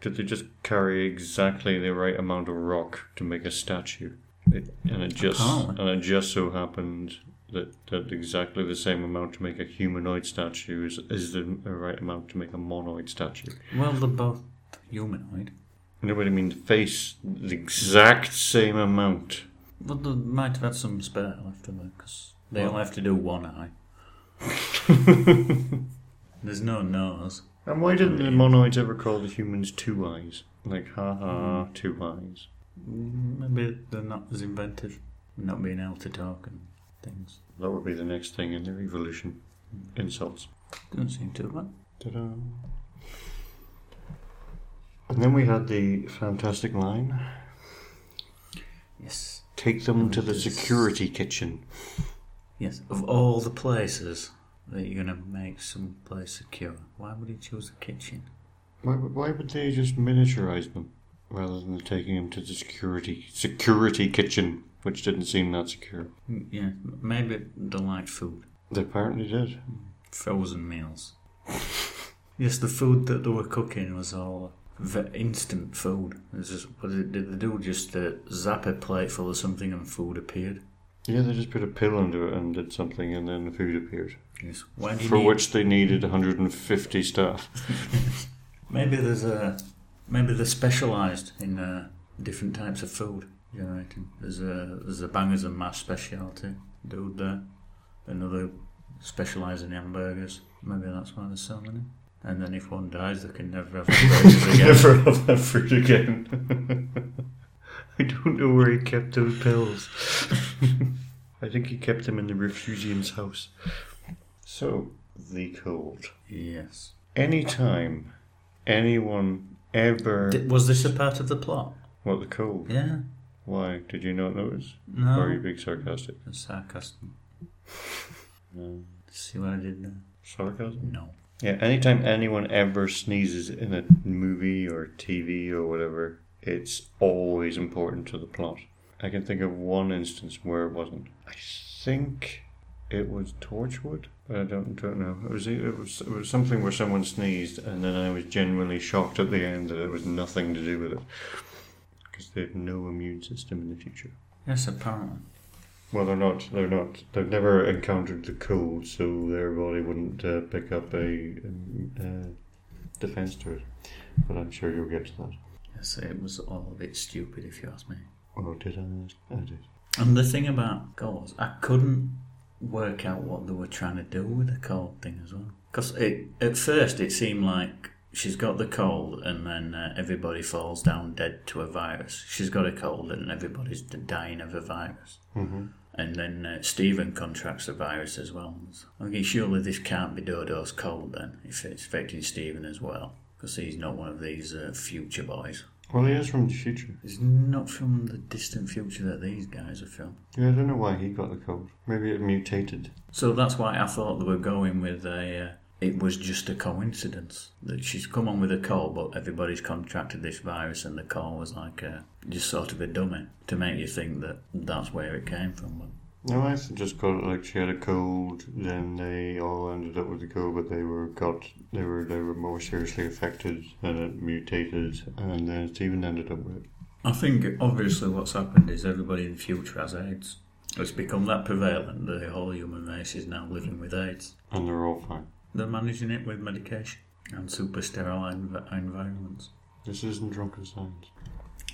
Speaker 1: Did they just carry exactly the right amount of rock to make a statue? It, and it just
Speaker 2: Apparently.
Speaker 1: and it just so happened that, that exactly the same amount to make a humanoid statue is, is the right amount to make a monoid statue.
Speaker 2: Well, they're both humanoid.
Speaker 1: Nobody means face the exact same amount.
Speaker 2: But they might have had some spare left over because they only have to do one eye. There's no nose.
Speaker 1: And why didn't the monoids ever call the humans two eyes? Like, haha, two eyes.
Speaker 2: Maybe they're not as inventive, not being able to talk and things.
Speaker 1: That would be the next thing in their evolution. Insults.
Speaker 2: Doesn't seem too bad.
Speaker 1: Ta-da. And then we had the fantastic line
Speaker 2: Yes.
Speaker 1: Take them to the security kitchen.
Speaker 2: Yes. Of all the places that you're going to make some place secure, why would you choose the kitchen?
Speaker 1: Why, why would they just miniaturize them rather than taking them to the security security kitchen, which didn't seem that secure?
Speaker 2: Mm, Yeah, maybe they like food.
Speaker 1: They apparently did.
Speaker 2: frozen meals. yes, the food that they were cooking was all ve- instant food. It was just, what did, did they do? Just uh, zap a plate full of something and food appeared.
Speaker 1: Yeah, they just put a pill under it and did something, and then the food appeared.
Speaker 2: Yes. Why do you
Speaker 1: For
Speaker 2: need-
Speaker 1: which they needed 150 staff.
Speaker 2: Maybe there's a maybe they're specialised in uh, different types of food generating. There's a there's a bangers and mash specialty dude there. Another specialise in hamburgers. Maybe that's why there's so many. And then if one dies, they can never have hamburgers again.
Speaker 1: have that food again. I don't know where he kept those pills. I think he kept them in the refugian's house. So, the cold.
Speaker 2: Yes.
Speaker 1: Anytime anyone ever.
Speaker 2: Di- was this a part of the plot?
Speaker 1: what, the cold?
Speaker 2: Yeah.
Speaker 1: Why? Did you not notice?
Speaker 2: No.
Speaker 1: Or are you being sarcastic?
Speaker 2: That's sarcasm.
Speaker 1: No.
Speaker 2: See what I did there?
Speaker 1: Sarcasm?
Speaker 2: No.
Speaker 1: Yeah, anytime anyone ever sneezes in a movie or TV or whatever, it's always important to the plot. I can think of one instance where it wasn't. I think it was Torchwood, but I don't don't know. It was it was it was something where someone sneezed, and then I was genuinely shocked at the end that it was nothing to do with it, because they have no immune system in the future.
Speaker 2: Yes, apparently.
Speaker 1: Well, they're not. They're not. They've never encountered the cold, so their body wouldn't uh, pick up a um, uh, defense to it. But I'm sure you'll get to that.
Speaker 2: Yes, it was all a bit stupid if you ask me.
Speaker 1: Oh, did I? I did.
Speaker 2: And the thing about goals, I couldn't work out what they were trying to do with the cold thing as well. Because it, at first it seemed like she's got the cold and then uh, everybody falls down dead to a virus. She's got a cold and everybody's d- dying of a virus. Mm-hmm. And then uh, Stephen contracts the virus as well. Okay, surely this can't be Dodo's cold then, if it's affecting Stephen as well. Because he's not one of these uh, future boys.
Speaker 1: Well, he is from the future.
Speaker 2: It's not from the distant future that these guys are from.
Speaker 1: Yeah, I don't know why he got the cold. Maybe it mutated.
Speaker 2: So that's why I thought they were going with a. Uh, it was just a coincidence that she's come on with a cold, but everybody's contracted this virus, and the cold was like a, just sort of a dummy to make you think that that's where it came from. But
Speaker 1: No, I just got it like she had a cold. Then they all ended up with the cold, but they were got they were they were more seriously affected, and it mutated, and then Stephen ended up with it.
Speaker 2: I think obviously what's happened is everybody in the future has AIDS. It's become that prevalent that the whole human race is now living with AIDS.
Speaker 1: and they're all fine.
Speaker 2: They're managing it with medication and super sterile env- environments.
Speaker 1: This isn't drunken science.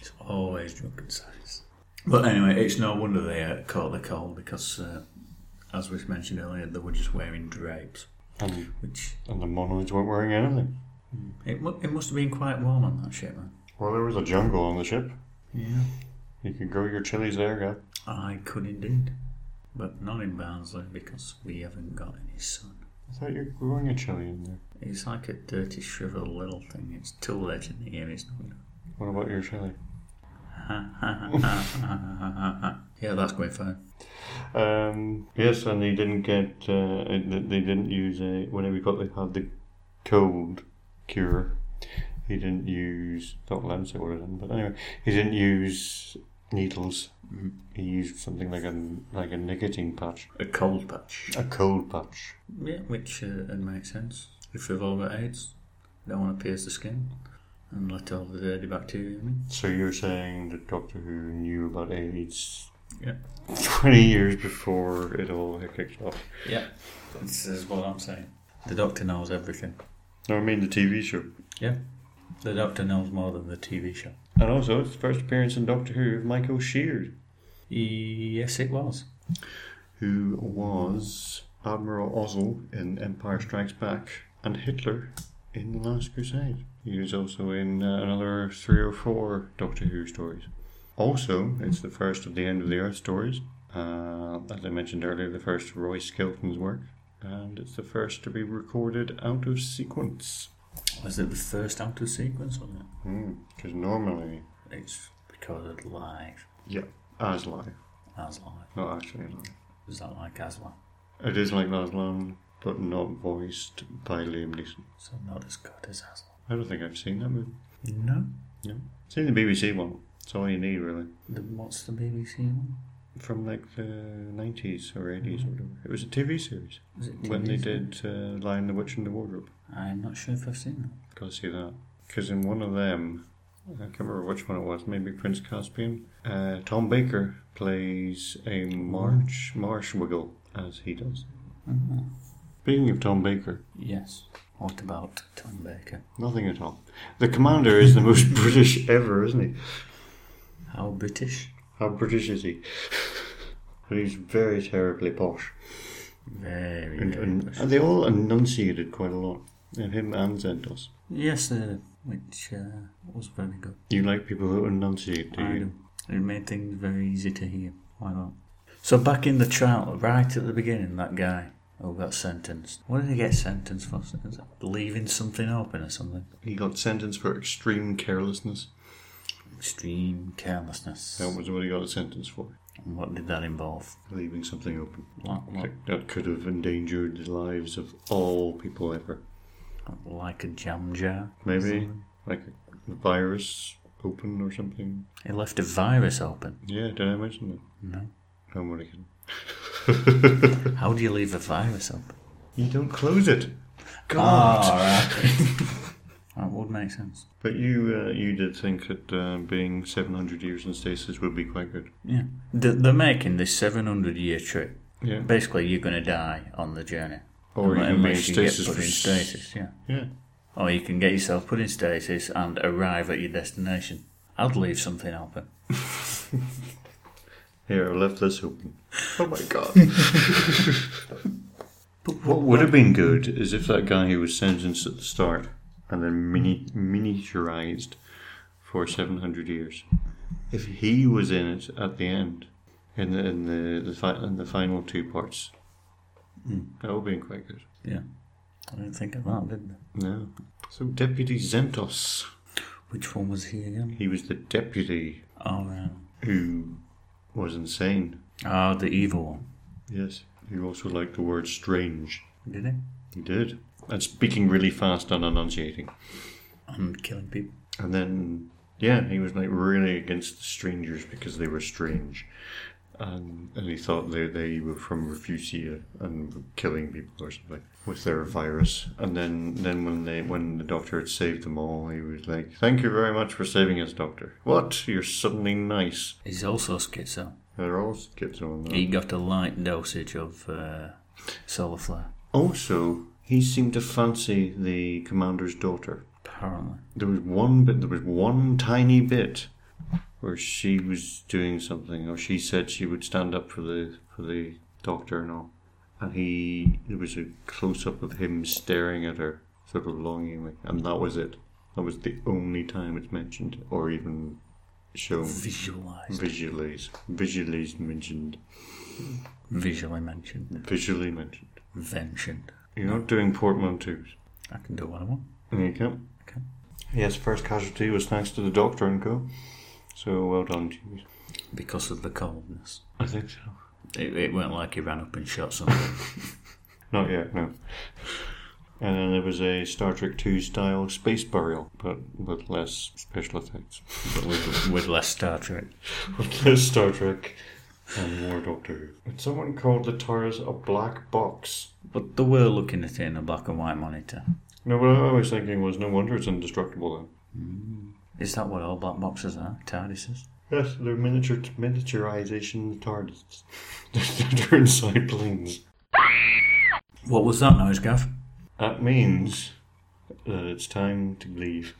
Speaker 2: It's always drunken science. But anyway, it's no wonder they uh, caught the cold because, uh, as we mentioned earlier, they were just wearing drapes,
Speaker 1: And
Speaker 2: which
Speaker 1: and the monoids weren't wearing anything.
Speaker 2: it, mu- it must have been quite warm on that ship, man.
Speaker 1: Well, there was a jungle on the ship.
Speaker 2: Yeah,
Speaker 1: You could grow your chilies there, guy.
Speaker 2: I could indeed, but not in Barnsley because we haven't got any sun.
Speaker 1: I thought you were growing a chili in there.
Speaker 2: It's like a dirty, shriveled little thing. It's too late in the year, it's not.
Speaker 1: What about your chili?
Speaker 2: Yeah, that's going fine.
Speaker 1: Um, yes, and they didn't get. Uh, it- they didn't use a. Whenever he got they had the cold cure, he didn't use. Not Lance, it would have done. But anyway, he didn't use needles. He used something like a like a nicotine patch,
Speaker 2: A cold patch.
Speaker 1: a cold patch.
Speaker 2: Yeah, which uh, it makes sense. If we've all got AIDS, don't want to pierce the skin and let all the dirty bacteria in.
Speaker 1: So you're saying that Doctor Who knew about AIDS
Speaker 2: Yeah.
Speaker 1: twenty years before it all kicked off.
Speaker 2: Yeah, this is what I'm saying. The doctor knows everything.
Speaker 1: No, I mean the TV show.
Speaker 2: Yeah, the doctor knows more than the TV show.
Speaker 1: And also, it's the first appearance in Doctor Who of Michael Sheard.
Speaker 2: Yes, it was.
Speaker 1: who was Admiral Ozzel in Empire Strikes Back and Hitler in The Last Crusade. He was also in uh, another three or four Doctor Who stories. Also, it's the first of the End of the Earth stories. Uh, as I mentioned earlier, the first of Roy Skelton's work. And it's the first to be recorded out of sequence.
Speaker 2: Was it the first out of sequence on it?
Speaker 1: Because normally,
Speaker 2: It's recorded live
Speaker 1: yeah, as live,
Speaker 2: as live.
Speaker 1: not actually live.
Speaker 2: Is that like Aslan?
Speaker 1: It is like Aslan, but not voiced by Liam Neeson.
Speaker 2: So not as good as Aslan.
Speaker 1: I don't think I've seen that movie.
Speaker 2: No.
Speaker 1: Yeah. See the BBC one. That's all you need, really.
Speaker 2: The, what's the BBC one?
Speaker 1: From like the 90s or 80s or whatever. It was a TV series.
Speaker 2: Mm-hmm. Was it
Speaker 1: when they
Speaker 2: TV?
Speaker 1: did uh, Lion, the Witch, and the Wardrobe.
Speaker 2: I'm not sure if I've seen that.
Speaker 1: Gotta see that. Because in one of them, I can't remember which one it was, maybe Prince Caspian, uh, Tom Baker plays a marsh, marsh wiggle, as he does.
Speaker 2: Mm-hmm.
Speaker 1: Speaking of Tom Baker,
Speaker 2: Yes. What about Tom Baker?
Speaker 1: nothing at all. The Commander is the most British ever, isn't he?
Speaker 2: How British?
Speaker 1: How British is he? but he's very terribly posh.
Speaker 2: Very,
Speaker 1: And,
Speaker 2: very
Speaker 1: and
Speaker 2: British.
Speaker 1: they all enunciated quite a lot. And him and Zendos.
Speaker 2: Yes, uh, which uh, was very good.
Speaker 1: You like people who enunciate, do
Speaker 2: I
Speaker 1: you?
Speaker 2: do. It made things very easy to hear. Why not? So back in the trial, right at the beginning, that guy who got sentenced. What did he get sentenced for? Is it Leaving something open or something?
Speaker 1: He got sentenced for extreme carelessness.
Speaker 2: Extreme carelessness.
Speaker 1: That was what he got sentenced for.
Speaker 2: And what did that involve?
Speaker 1: Leaving something open.
Speaker 2: What, what,
Speaker 1: Like, that could have endangered the lives of all people ever.
Speaker 2: like a jam jar?
Speaker 1: Maybe like a virus open or something.
Speaker 2: He left a virus open.
Speaker 1: Yeah, did I mention that?
Speaker 2: No.
Speaker 1: No, I'm only kidding.
Speaker 2: How do you leave a virus open?
Speaker 1: You don't close it. Ah.
Speaker 2: God. Ah, that would make sense.
Speaker 1: But you uh, you did think that uh, being 700 years in stasis would be quite good.
Speaker 2: Yeah. They're, they're making this 700 year trip.
Speaker 1: Yeah.
Speaker 2: Basically, you're going to die on the journey.
Speaker 1: Or you can
Speaker 2: Unless
Speaker 1: make
Speaker 2: you
Speaker 1: stasis
Speaker 2: get put
Speaker 1: for
Speaker 2: in
Speaker 1: s-
Speaker 2: stasis, yeah.
Speaker 1: Yeah.
Speaker 2: Or you can get yourself put in stasis and arrive at your destination. I'd leave something open.
Speaker 1: Here, I left this open. Oh my god. what would have been good is if that guy who was sentenced at the start and then mini- miniaturized for 700 years, if he was in it at the end, in the, in the, the, fi- in the final two parts, that would have been quite good.
Speaker 2: Yeah. I didn't think of that, did I?
Speaker 1: No. So, Deputy Zentos.
Speaker 2: Which one was he again?
Speaker 1: He was the deputy
Speaker 2: Oh, yeah.
Speaker 1: who was insane.
Speaker 2: Ah, the evil one.
Speaker 1: Yes. He also liked the word strange.
Speaker 2: Did he?
Speaker 1: He did. and speaking really fast and enunciating.
Speaker 2: and killing people.
Speaker 1: And then, yeah, he was like really against the strangers because they were strange. And, and he thought they, they were from Refugia and were killing people or something with their virus. And then, then when they when the doctor had saved them all, he was like, "Thank you very much for saving us, doctor. What? You're suddenly nice."
Speaker 2: He's also schizo.
Speaker 1: They're all schizo.
Speaker 2: He got a light dosage of uh, solar flare,
Speaker 1: Also, he seemed to fancy the commander's daughter.
Speaker 2: apparently.
Speaker 1: There was one bit. There was one tiny bit where she was doing something, or she said she would stand up for the for the doctor and all. And he, there was a close up of him staring at her, sort of longingly, and that was it. That was the only time it's mentioned, or even shown.
Speaker 2: Visualized.
Speaker 1: Visualize, visualize mentioned,
Speaker 2: Visually mentioned.
Speaker 1: visually mentioned.
Speaker 2: Ventioned.
Speaker 1: You're not doing portmanteaus.
Speaker 2: I can do what I want.
Speaker 1: There you go.
Speaker 2: Okay.
Speaker 1: Yes, first casualty was thanks to the doctor and co. So well done to you.
Speaker 2: Because of the coldness.
Speaker 1: I think so.
Speaker 2: It, it weren't like he ran up and shot somebody.
Speaker 1: Not yet, no. And then there was a Star Trek Two style space burial, but with less special effects,
Speaker 2: but with, with less Star Trek.
Speaker 1: with less Star Trek and more Doctor Who. But someone called the TARS a black box.
Speaker 2: But they were looking at it in a black and white monitor.
Speaker 1: No, what I was thinking was no wonder it's indestructible then.
Speaker 2: Is that what all black boxes are? TARDISes?
Speaker 1: Yes, they're miniature miniaturization TARDIS. they're inside planes.
Speaker 2: What was that noise, Gav?
Speaker 1: That means that it's time to leave.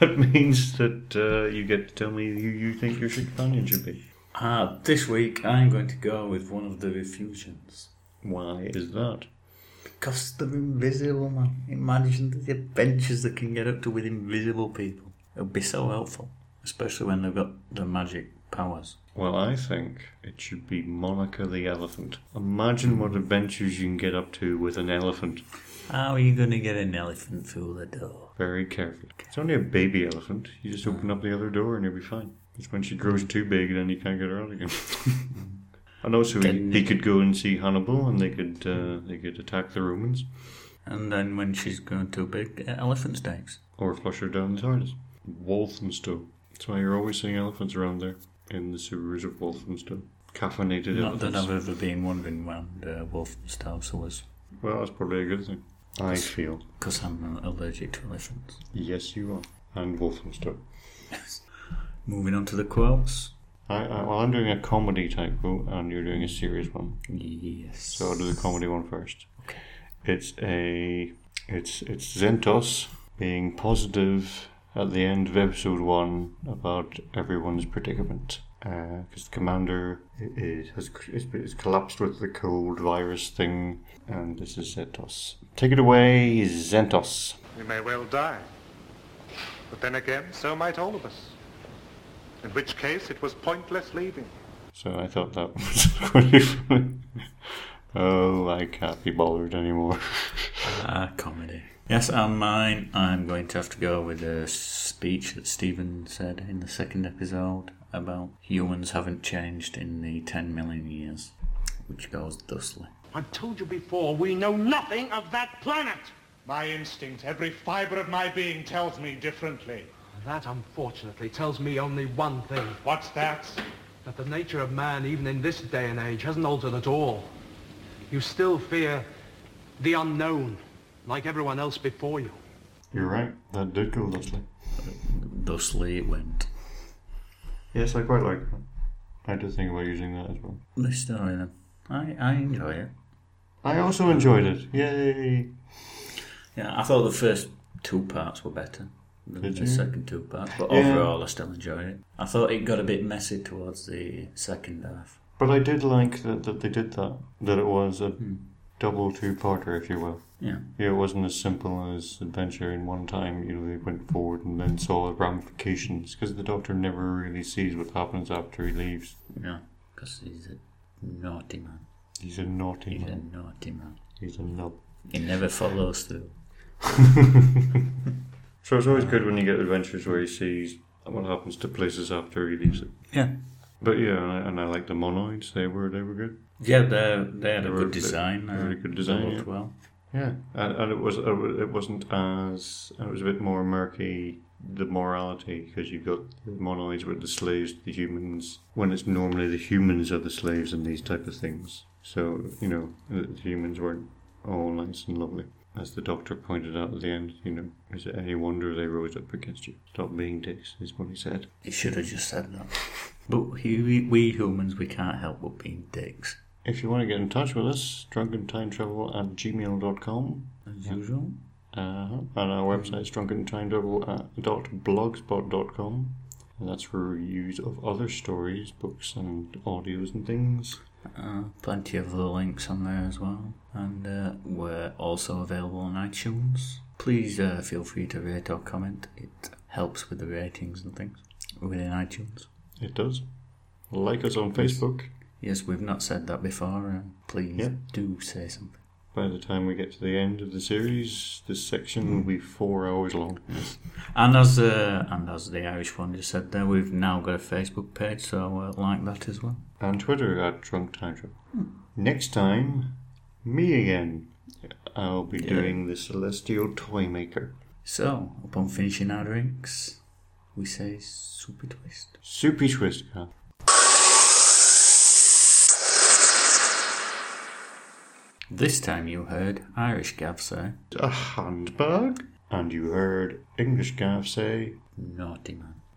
Speaker 1: that means that uh, you get to tell me who you think your companion should be.
Speaker 2: Ah, this week I'm going to go with one of the refusions.
Speaker 1: Why is that?
Speaker 2: Because they're invisible, man. Imagine the adventures they can get up to with invisible people. It would be so helpful, especially when they've got the magic powers.
Speaker 1: Well, I think it should be Monica the elephant. Imagine what adventures you can get up to with an elephant.
Speaker 2: How are you going to get an elephant through the door?
Speaker 1: Very carefully. It's only a baby elephant. You just open up the other door and you'll be fine. It's when she grows too big, then you can't get her out again. and also, he, he could go and see Hannibal, and they could uh, they could attack the Romans.
Speaker 2: And then when she's going too big, uh, elephant stakes.
Speaker 1: Or flush her down the TARDIS. Walthamstow. That's why you're always seeing elephants around there in the sewers of Walthamstow. Caffeinated
Speaker 2: Not that
Speaker 1: elephants.
Speaker 2: I've ever been wandering around uh, Wolf Stars was
Speaker 1: Well, that's probably a good thing. I feel.
Speaker 2: because I'm allergic to elephants.
Speaker 1: Yes, you are. And Walthamstow.
Speaker 2: Moving on to the quotes.
Speaker 1: I, I, well, I'm doing a comedy type quote, and you're doing a serious one.
Speaker 2: Yes.
Speaker 1: So I'll do the comedy one first. It's a it's it's Zentos being positive at the end of episode one about everyone's predicament because the commander i- is, has c- is, is collapsed with the cold virus thing, and this is Zentos. Take it away, Zentos.
Speaker 5: We may well die. But then again, so might all of us. In which case, it was pointless leaving.
Speaker 1: So I thought that was pretty funny. Oh, I can't be bothered anymore.
Speaker 2: Ah, comedy. Yes, and mine, I'm going to have to go with a speech that Stephen said in the second episode about humans haven't changed in the 10 million years, which goes thusly.
Speaker 6: I told you before, we know nothing of that planet.
Speaker 5: My instinct, every fiber of my being tells me differently.
Speaker 6: That, unfortunately, tells me only one thing,
Speaker 5: What's that?
Speaker 6: that the nature of man, even in this day and age, hasn't altered at all. You still fear the unknown, like everyone else before you.
Speaker 1: You're right. That did go lovely.
Speaker 2: Thusly it went.
Speaker 1: Yes, I quite like that. I did think about using that as well.
Speaker 2: The story then. I, I enjoy it.
Speaker 1: I also enjoyed it. Yay!
Speaker 2: Yeah, I thought the first two parts were better than
Speaker 1: Did
Speaker 2: the
Speaker 1: you?
Speaker 2: second two parts, but
Speaker 1: Yeah.
Speaker 2: overall I still enjoyed it. I thought it got a bit messy towards the second half.
Speaker 1: But I did like that, that they did that. That it was a double two-parter, if you will.
Speaker 2: Yeah.
Speaker 1: Yeah, it wasn't as simple as adventure in one time. You know, they went forward and then saw the ramifications because the Doctor never really sees what happens after he leaves.
Speaker 2: No, because he's a naughty man.
Speaker 1: He's a naughty
Speaker 2: He's a
Speaker 1: man.
Speaker 2: naughty man.
Speaker 1: He's a nub.
Speaker 2: He never follows through.
Speaker 1: So it's always good when you get adventures where he sees what happens to places after he leaves it.
Speaker 2: Yeah.
Speaker 1: But yeah, and I, and I like the monoids. They were they were good.
Speaker 2: Yeah, they they had a
Speaker 1: They were-
Speaker 2: good design. uh,
Speaker 1: they had a good design,
Speaker 2: They looked
Speaker 1: yeah.
Speaker 2: well.
Speaker 1: Yeah, and, and it was uh, it wasn't as it was a bit more murky the morality because you've got the monoids with the slaves to the humans when it's normally the humans are the slaves in these type of things. So you know the the humans weren't all nice and lovely. As the doctor pointed out at the end, you know, is it any wonder they rose up against you? Stop being dicks, is what he said.
Speaker 2: He should have just said that. But he, we, we humans, we can't help but being dicks.
Speaker 1: If you want to get in touch with us, drunkenTimeTravel at gmail.com.
Speaker 2: As usual.
Speaker 1: Uh, and our website is drunkentimetravel.blogspot.com. And that's for reviews of other stories, books, and audios and things.
Speaker 2: Uh, plenty of other links on there as well. And uh, we're also available on iTunes. Please uh, feel free to rate or comment. It helps with the ratings and things within iTunes.
Speaker 1: It does. Like us on Facebook.
Speaker 2: Yes, we've not said that before. Uh, please
Speaker 1: Yep.
Speaker 2: do say something.
Speaker 1: By the time we get to the end of the series, this section will be four hours long.
Speaker 2: And as uh, and as the Irish one just said there, we've now got a Facebook page, so uh, like that as well.
Speaker 1: And Twitter at Drunk Time Travel. Next time, me again. I'll be doing the Celestial Toy Maker.
Speaker 2: So, upon finishing our drinks, we say super twist.
Speaker 1: Soupy Twist Cup.
Speaker 2: This time you heard Irish Gav say,
Speaker 1: A handbag? And you heard English Gav say,
Speaker 2: naughty man.